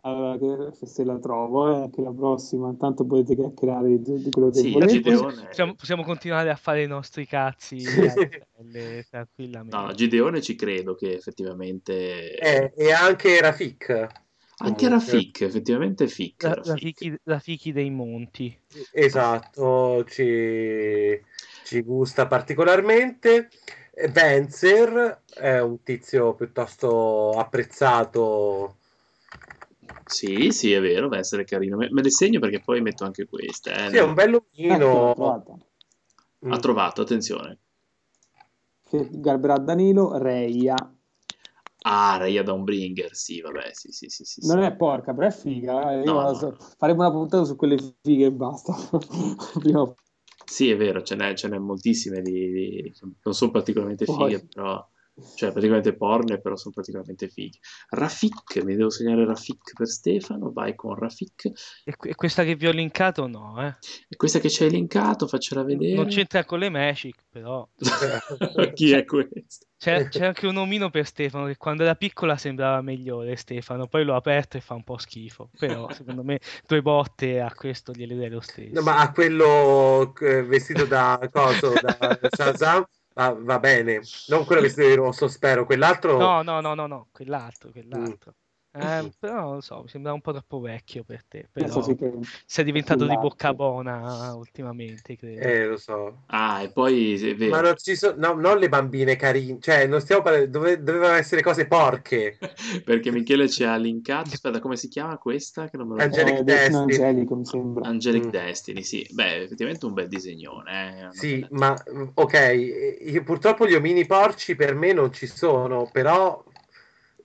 Speaker 6: Allora, che- se la trovo, eh, anche la prossima, intanto potete chiacchierare di, di quello che
Speaker 3: Sì,
Speaker 6: volete.
Speaker 3: Gideon.
Speaker 5: possiamo, possiamo continuare a fare i nostri cazzi
Speaker 4: Sì.
Speaker 5: eh, tranquillamente
Speaker 3: No, Gideone ci credo che effettivamente...
Speaker 4: Eh, e anche Rafik.
Speaker 3: Anche Rafik, effettivamente Fic.
Speaker 5: La,
Speaker 3: Rafik.
Speaker 5: la fichi, la fichi dei monti.
Speaker 4: Esatto, ci, ci gusta particolarmente. Eh, Venzer è un tizio piuttosto apprezzato.
Speaker 3: Sì, sì, è vero, deve essere carino. Me, me le segno perché poi metto anche questa. eh.
Speaker 4: Sì, è un mm,
Speaker 6: Ecco, l'ho
Speaker 4: bell'omino.
Speaker 6: trovata.
Speaker 3: Ha trovato, attenzione.
Speaker 6: Che garberà Danilo, Reia.
Speaker 3: Ah, Raya Downbringer, sì, vabbè, sì, sì, sì, sì. sì.
Speaker 6: Non è porca, però è figa. eh. Io
Speaker 3: No,
Speaker 6: la
Speaker 3: no,
Speaker 6: so-
Speaker 3: no.
Speaker 6: Faremo una puntata su quelle fighe e basta. Prima o
Speaker 3: Sì, è vero, ce n'è, ce n'è moltissime di, di- non sono particolarmente
Speaker 6: Poi.
Speaker 3: fighe, però cioè praticamente porne, però sono particolarmente fighe. Rafik, mi devo segnare Rafik per Stefano, vai con Rafik.
Speaker 5: E, que- e questa che vi ho linkato no, eh.
Speaker 3: E questa che ci hai linkato, faccela vedere.
Speaker 5: Non c'entra con le Magic, però.
Speaker 3: Chi è questo?
Speaker 5: C'è, c'è anche un omino per Stefano che quando era piccola sembrava migliore Stefano, poi l'ho aperto e fa un po' schifo, però secondo me due botte a questo gliele dai lo stesso.
Speaker 4: No, ma a quello eh, vestito da coso, da Shazam, va, va bene. Non quello vestito di rosso, spero. Quell'altro...
Speaker 5: No, no, no, no, no, quell'altro,
Speaker 3: Mm.
Speaker 5: quell'altro.
Speaker 3: Mm-hmm.
Speaker 5: Eh, però non lo so, mi sembrava un po' troppo vecchio per te, però
Speaker 6: Adesso sì che-
Speaker 5: sei diventato di
Speaker 6: sull'arte.
Speaker 5: bocca buona ultimamente, credo.
Speaker 4: Eh, lo so.
Speaker 3: Ah, e poi è vero.
Speaker 4: Ma non ci sono... No, non le bambine carine. Cioè, non stiamo parlando... dove- dovevano essere cose porche.
Speaker 3: Perché Michele ci ha linkato. Aspetta, come si chiama questa? Che non me lo ricordo.
Speaker 4: Angelic
Speaker 6: Eh, adesso- no,
Speaker 4: Destiny.
Speaker 6: Angelico, mi sembra.
Speaker 3: Angelic
Speaker 4: Mm.
Speaker 3: Destiny, sì. Beh, effettivamente un bel disegnone. eh, una
Speaker 4: Sì,
Speaker 3: bella-
Speaker 4: ma mm, ok, eh, io- purtroppo gli omini porci per me non ci sono, però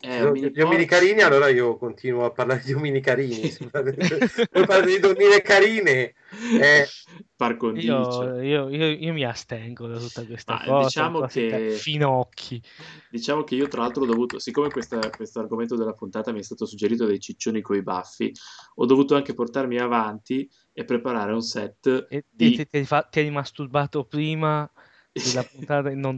Speaker 3: Eh,
Speaker 4: ci sono
Speaker 3: omini
Speaker 4: gli gli
Speaker 3: porci.
Speaker 4: omini carini, allora io continuo a parlare di omini carini. se parlate- Voi parlate di donnine carine, eh.
Speaker 3: Par condicio.
Speaker 5: Io, io- io- io mi astengo da tutta questa
Speaker 3: Ma,
Speaker 5: cosa,
Speaker 3: diciamo
Speaker 5: cose da
Speaker 3: che-
Speaker 5: finocchi.
Speaker 3: Diciamo che io, tra l'altro, ho dovuto, siccome questa- questo argomento della puntata mi è stato suggerito dai ciccioni coi baffi, ho dovuto anche portarmi avanti e preparare un set
Speaker 5: E, e
Speaker 3: di
Speaker 5: ti, ti fa- ti eri masturbato prima della puntata e non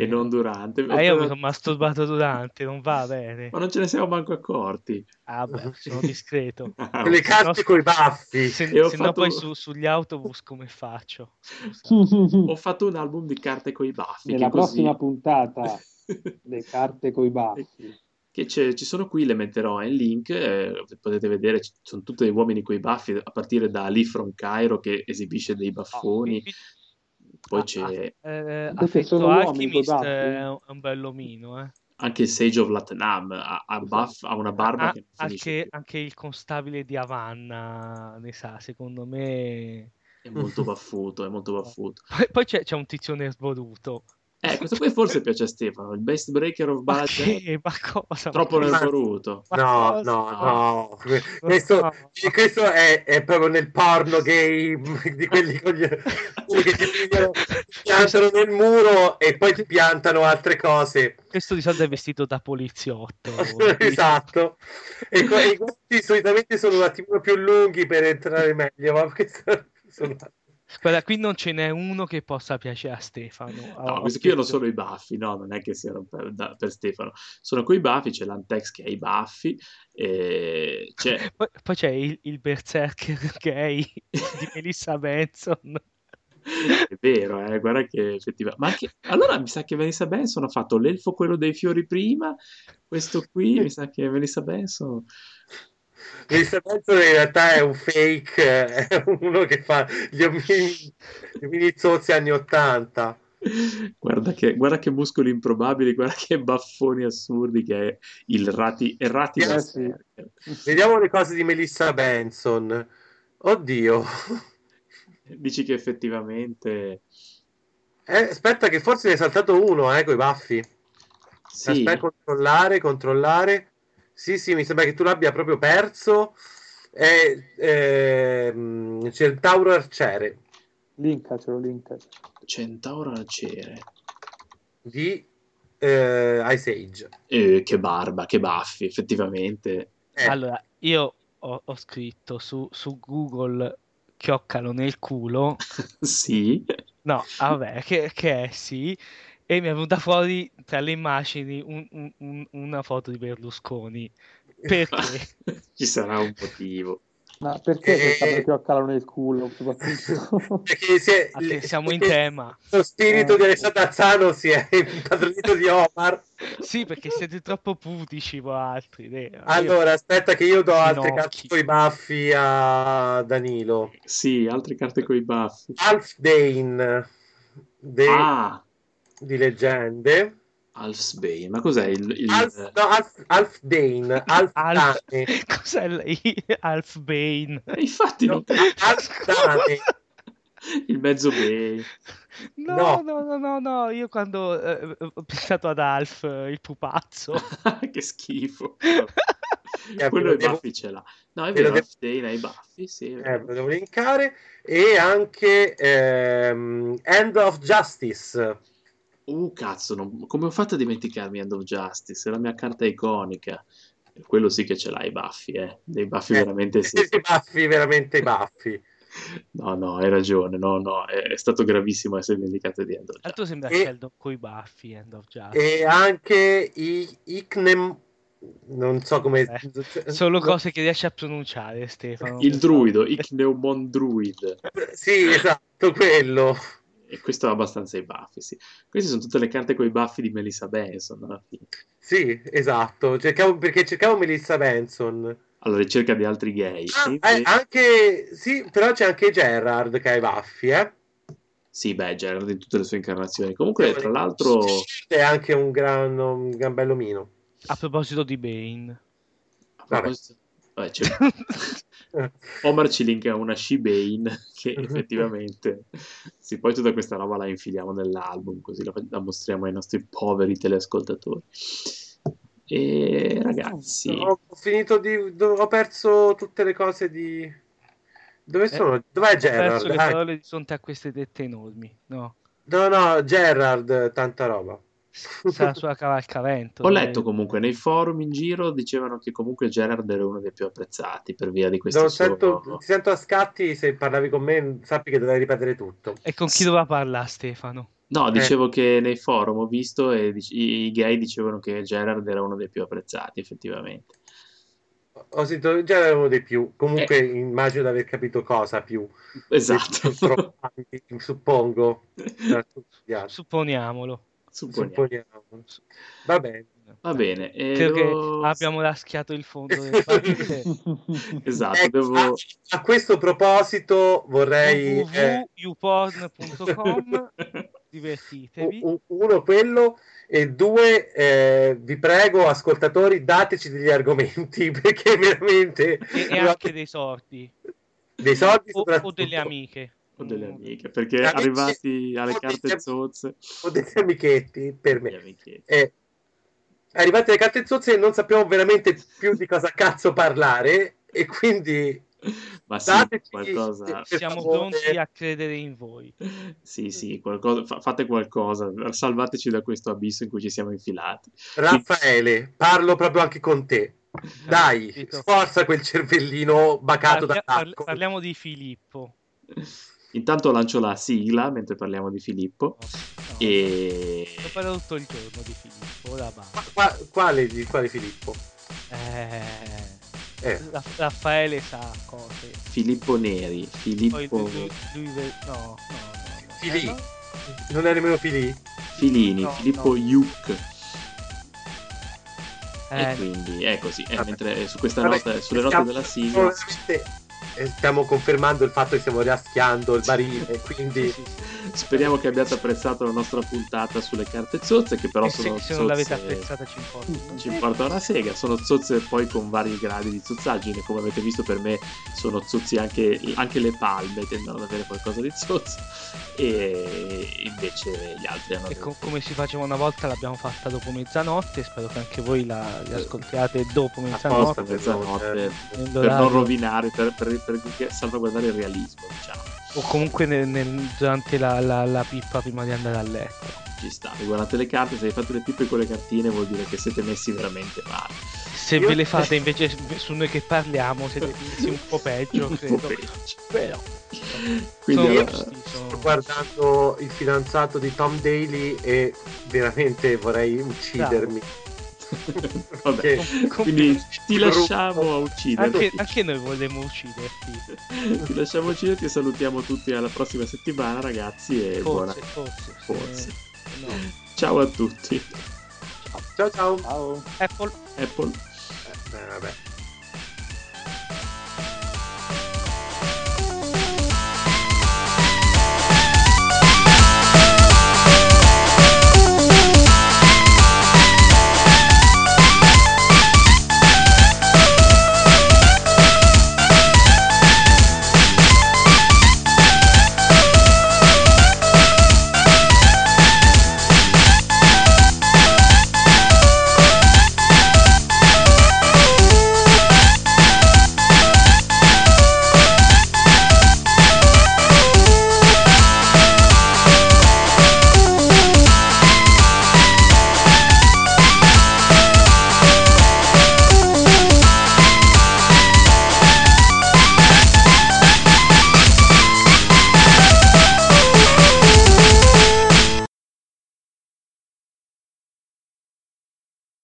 Speaker 3: e non durante.
Speaker 5: Ah, io mi sono masturbato durante, non va bene.
Speaker 3: Ma non ce ne siamo manco accorti.
Speaker 5: Ah, beh, sono discreto.
Speaker 3: Ah,
Speaker 4: con le
Speaker 5: Se no-
Speaker 4: carte coi baffi.
Speaker 5: Se,
Speaker 3: E ho
Speaker 5: se no
Speaker 3: fatto-
Speaker 5: poi su- sugli autobus come faccio? Scusa.
Speaker 3: Ho fatto un album di carte coi baffi.
Speaker 6: Nella
Speaker 3: che così-
Speaker 6: prossima puntata, le carte coi baffi.
Speaker 3: Che c'è- ci sono qui, le metterò in link, eh, potete vedere, ci sono tutti dei uomini coi baffi, a partire da Ali from Cairo che esibisce dei baffoni,
Speaker 5: Ah,
Speaker 3: poi
Speaker 5: ah,
Speaker 3: c'è
Speaker 5: eh,
Speaker 6: Perché
Speaker 5: Affetto
Speaker 6: sono uomini coi
Speaker 5: Alchemist eh,
Speaker 6: baffi?
Speaker 5: è un, è un bell'omino, eh.
Speaker 3: anche Sage of Latinam, ha, ha buff- ha una barba
Speaker 5: Esatto. Ah,
Speaker 3: che non finisce
Speaker 5: anche,
Speaker 3: più,
Speaker 5: anche il constabile di Avanna ne sa, secondo me.
Speaker 3: è molto baffuto, è molto
Speaker 5: Esatto.
Speaker 3: baffuto.
Speaker 5: Poi, poi c'è, c'è un tizione sboruto.
Speaker 3: Eh, questo qui forse piace a Stefano, il best breaker of
Speaker 5: Ma
Speaker 3: budget,
Speaker 5: che? Ma cosa?
Speaker 3: troppo
Speaker 5: Ma-
Speaker 4: nel-
Speaker 3: nervoruto.
Speaker 5: ma
Speaker 4: No,
Speaker 5: cosa?
Speaker 4: no,
Speaker 3: No.
Speaker 4: no, questo, questo è, è proprio nel porno gay di quelli con gli, quelli che ti pigliano, ti piantano nel muro e poi ti piantano altre cose.
Speaker 5: Questo di solito è vestito da poliziotto.
Speaker 4: esatto. E, que- e questi solitamente sono un attimino più lunghi per entrare meglio, ma questo sono...
Speaker 5: Guarda, qui non ce n'è uno che possa piacere a Stefano.
Speaker 3: No,
Speaker 5: Ho-
Speaker 3: questi
Speaker 5: ho
Speaker 3: qui non
Speaker 5: chiuso.
Speaker 3: sono i baffi, no, non è che siano per, da- per Stefano, sono quei baffi, c'è l'Antex che ha i baffi, e c'è...
Speaker 5: Poi, poi c'è il, il berserker gay di Melissa Benson.
Speaker 3: È vero, eh, guarda che effettivamente. Ma anche... Allora mi sa che Vanessa Benson ha fatto l'elfo quello dei fiori prima, questo qui mi sa che Vanessa Benson...
Speaker 4: Mr. Benson in realtà è un fake, eh, è uno che fa gli omini, gli omini zozzi anni 80.
Speaker 3: Guarda che, guarda che muscoli improbabili, guarda che baffoni assurdi che è il Rati, Errati
Speaker 4: Eh,
Speaker 3: Berserker.
Speaker 4: Vediamo le cose di Melissa Benson. Oddio.
Speaker 3: Dici che effettivamente...
Speaker 4: Eh, aspetta, che forse ne è saltato uno, eh, coi baffi.
Speaker 3: Sì,
Speaker 4: Aspetta, ecco. controllare, controllare. Sì, sì, mi sembra che tu l'abbia proprio perso. Eh, ehm, c'è il Tauro Arciere
Speaker 6: Linkacelo, linkacelo.
Speaker 3: Centauro Arciere.
Speaker 4: di eh, Ice Age.
Speaker 3: Eh, che barba, che baffi, effettivamente.
Speaker 4: Eh,
Speaker 5: Allora, io ho, ho scritto su, su Google chioccalo nel culo.
Speaker 3: Sì.
Speaker 5: No, vabbè, che, che è sì. E mi è venuta fuori tra le immagini un- un- un- una foto di Berlusconi. Perché?
Speaker 3: Ci sarà un motivo.
Speaker 6: Ma perché questa
Speaker 4: Eh.
Speaker 6: perchiocca nel culo? soprattutto?
Speaker 4: Perché si è,
Speaker 5: Atten- siamo in
Speaker 4: perché
Speaker 5: tema.
Speaker 4: Lo spirito
Speaker 6: Eh.
Speaker 4: di Alessandro Azzano si è impadronito di Omar.
Speaker 5: Sì, perché siete troppo putici voi altri. dai. Io-
Speaker 4: Allora, aspetta che io do altri
Speaker 5: Ginocchi.
Speaker 4: cazzo coi baffi a Danilo.
Speaker 3: Sì, altre carte coi baffi.
Speaker 4: Alf Dane de-
Speaker 3: Ah,
Speaker 4: di leggende.
Speaker 3: Alfsbane, ma cos'è il... il-
Speaker 4: Alf, no, Alf, Alf Dane, Alf,
Speaker 5: Alf-
Speaker 4: Dane.
Speaker 5: Cos'è lei? Alf Bane.
Speaker 3: Eh, infatti non-
Speaker 4: Alf Dane.
Speaker 3: il mezzo Bane.
Speaker 5: No,
Speaker 4: No.
Speaker 5: no, no, no, no, io quando eh, ho pensato ad Alf, eh, il pupazzo.
Speaker 3: Ah, che schifo.
Speaker 4: Eh, ve
Speaker 3: Quello
Speaker 4: lo
Speaker 3: ai
Speaker 4: devo-
Speaker 3: baffi ce l'ha. No, è
Speaker 4: ve lo
Speaker 3: vero,
Speaker 4: devo-
Speaker 3: Alfsbane ha i baffi, sì. è
Speaker 4: Eh,
Speaker 3: vero.
Speaker 4: ve lo devo linkare. E anche ehm, End of Justice.
Speaker 3: Uh, cazzo, non- come ho fatto a dimenticarmi End of Justice? È la mia carta iconica. Quello sì che ce l'ha i baffi, eh. Dei baffi
Speaker 4: Eh,
Speaker 3: veramente sì.
Speaker 4: I baffi, veramente i baffi.
Speaker 3: No, no, hai ragione. No, no, è, è stato gravissimo essere dimenticato di End of Justice.
Speaker 5: Tanto sembra
Speaker 4: E-
Speaker 5: Sheldon coi baffi, End of Justice.
Speaker 4: E anche i Icnem. Non so come.
Speaker 5: Eh, Solo
Speaker 4: no,
Speaker 5: cose che riesci a pronunciare, Stefano.
Speaker 3: Il
Speaker 5: per
Speaker 3: druido,
Speaker 5: favore.
Speaker 3: Icneumon Druid.
Speaker 4: Sì, esatto, quello.
Speaker 3: E questo è abbastanza i baffi, sì. Queste sono tutte le carte con i baffi di Melissa Benson, alla fine.
Speaker 4: Sì, esatto. Cercavo, perché cercavo Melissa Benson.
Speaker 3: Alla ricerca di altri gay. E
Speaker 4: Ah, eh,
Speaker 3: invece-
Speaker 4: anche. Sì, però c'è anche Gerard che ha i baffi, eh.
Speaker 3: Sì, beh, Gerard in tutte le sue incarnazioni. Comunque, tra l'altro...
Speaker 4: È anche un gran, un gran bellomino.
Speaker 5: A proposito di Bane.
Speaker 3: A proposito... Vabbè, c'è- Omar ci linka una Shebane che effettivamente... Sì, poi tutta questa roba la infiliamo nell'album, così la, la mostriamo ai nostri poveri teleascoltatori. E ragazzi...
Speaker 4: Ho, ho finito di. do- Ho perso tutte le cose di. Dove sono? Dov'è
Speaker 5: Eh, Ho perso
Speaker 4: Gerard?
Speaker 5: le
Speaker 4: Ah,
Speaker 5: parole di fronte a queste tette enormi. No,
Speaker 4: No, no, Gerard, tanta roba.
Speaker 5: S- sarà sulla cavalcavento.
Speaker 4: Esatto.
Speaker 3: Ho
Speaker 5: dai.
Speaker 3: letto comunque nei forum in giro dicevano che comunque Gerard era uno dei più apprezzati per via di questo
Speaker 4: Non
Speaker 3: suo...
Speaker 4: sento, ti sento a scatti, se parlavi con me sappi che dovevi ripetere tutto.
Speaker 5: E con chi doveva parlare, Stefano?
Speaker 3: No,
Speaker 4: Eh.
Speaker 3: dicevo che nei forum ho visto e dic- i i gay dicevano che Gerard era uno dei più apprezzati effettivamente.
Speaker 4: Ho sentito già uno dei più, comunque
Speaker 5: Eh.
Speaker 4: immagino di aver capito cosa più.
Speaker 3: Esatto,
Speaker 4: Troppanti, suppongo. Tra tutti gli altri.
Speaker 5: Supponiamolo.
Speaker 3: supponiamo.
Speaker 4: Supponiamo. Va bene.
Speaker 3: Va bene, eh,
Speaker 5: Credo
Speaker 3: devo-
Speaker 5: che abbiamo lasciato il fondo del
Speaker 4: Eh,
Speaker 5: battente.
Speaker 3: Esatto,
Speaker 5: Ah,
Speaker 4: Ecco,
Speaker 3: devo...
Speaker 4: a, a questo proposito vorrei... eh,
Speaker 5: www.youporn.com Divertitevi.
Speaker 4: u- u- uno quello e due eh, vi prego ascoltatori dateci degli argomenti perché veramente
Speaker 5: E, e anche dei sordi.
Speaker 4: esatto. dei soldi
Speaker 5: O,
Speaker 4: soprattutto.
Speaker 5: o delle amiche.
Speaker 3: Ho delle
Speaker 5: Mm,
Speaker 3: amiche, perché
Speaker 4: Amiche-
Speaker 3: arrivati alle
Speaker 4: o degli
Speaker 3: carte
Speaker 4: amici-
Speaker 3: zozze...
Speaker 4: o degli amichetti per
Speaker 3: Gli
Speaker 4: me
Speaker 3: amichetti.
Speaker 4: Eh, arrivate alle carte zozze e non sappiamo veramente più di cosa cazzo parlare e quindi
Speaker 3: Ma sì,
Speaker 4: dateci
Speaker 3: qualcosa...
Speaker 4: per
Speaker 5: Siamo
Speaker 4: favore.
Speaker 5: pronti a credere in voi.
Speaker 3: Sì, sì, qualcosa- fa- fate qualcosa, salvateci da questo abisso in cui ci siamo infilati.
Speaker 4: Raffaele parlo proprio anche con te dai
Speaker 5: Capito?
Speaker 4: sforza quel cervellino bacato
Speaker 5: Parlia-
Speaker 4: da
Speaker 5: parli-
Speaker 4: tacco
Speaker 5: parliamo di Filippo.
Speaker 3: Intanto lancio la sigla mentre parliamo di Filippo.
Speaker 5: No, no,
Speaker 3: E...
Speaker 5: Ho parlato tutto il giorno di Filippo. Ora basta.
Speaker 4: Qua- qua- quale, di- quale Filippo?
Speaker 5: Eh,
Speaker 4: Eh,
Speaker 5: Ra- Raffaele sa cose.
Speaker 3: Filippo Neri,
Speaker 5: Poi
Speaker 3: Filippo
Speaker 5: lui, lui- lui- no, no, no, no. Eh,
Speaker 4: Filì.
Speaker 5: no?
Speaker 4: non è nemmeno Filì?
Speaker 3: Filini,
Speaker 5: No,
Speaker 3: Filippo
Speaker 5: no.
Speaker 3: Yuc.
Speaker 5: Eh,
Speaker 3: E quindi è così. E
Speaker 4: Vabbè.
Speaker 3: mentre eh, su questa
Speaker 4: Vabbè,
Speaker 3: nota, sulle note
Speaker 4: stiamo-
Speaker 3: della
Speaker 4: stiamo
Speaker 3: sigla,
Speaker 4: veramente- eh, Stiamo confermando il fatto che stiamo raschiando il barile,
Speaker 5: sì,
Speaker 4: quindi
Speaker 5: sì, sì.
Speaker 3: speriamo che abbiate apprezzato la nostra puntata sulle carte zozze, che però
Speaker 5: E
Speaker 3: sono
Speaker 5: se, Eh se non l'avete
Speaker 3: zozze...
Speaker 5: apprezzata ci importa.
Speaker 3: Ci importa una sega, sono zozze poi con vari gradi di zozzaggine, come avete visto per me sono zozzi anche, anche le palme tendono ad avere qualcosa di zozzo e invece gli altri hanno...
Speaker 5: E co- come si faceva una volta l'abbiamo fatta dopo mezzanotte, spero che anche voi la, li ascoltiate dopo mezzanotte.
Speaker 3: apposta
Speaker 5: cioè,
Speaker 3: mezzanotte per
Speaker 5: nell'orario,
Speaker 3: non rovinare, per, per, per salvaguardare il realismo, diciamo.
Speaker 5: O comunque nel- nel- durante la, la- la pippa prima di andare a letto.
Speaker 3: Ci sta, vi guardate le carte, se fate le pippe con le cartine vuol dire che siete messi veramente male.
Speaker 5: Se
Speaker 4: Io-
Speaker 5: ve le fate invece su- su noi che parliamo siete messi un po' peggio,
Speaker 3: Un po'
Speaker 5: credo.
Speaker 3: peggio.
Speaker 5: Però
Speaker 3: Quindi eh,
Speaker 5: sono
Speaker 3: allora,
Speaker 5: giusti, sono-
Speaker 4: sto guardando il fidanzato di Tom Daly e veramente vorrei uccidermi.
Speaker 3: Vabbè.
Speaker 5: Com- com-
Speaker 3: Quindi ti lasciamo a ucciderti.
Speaker 5: anche, anche noi vogliamo ucciderti.
Speaker 3: Ti lasciamo ucciderti e salutiamo tutti alla prossima settimana, ragazzi, e buona
Speaker 5: Forse, forse. se-
Speaker 3: forse.
Speaker 5: no.
Speaker 3: Ciao a tutti.
Speaker 4: Ciao ciao.
Speaker 6: Ciao.
Speaker 5: Apple
Speaker 3: Apple.
Speaker 4: Eh, vabbè.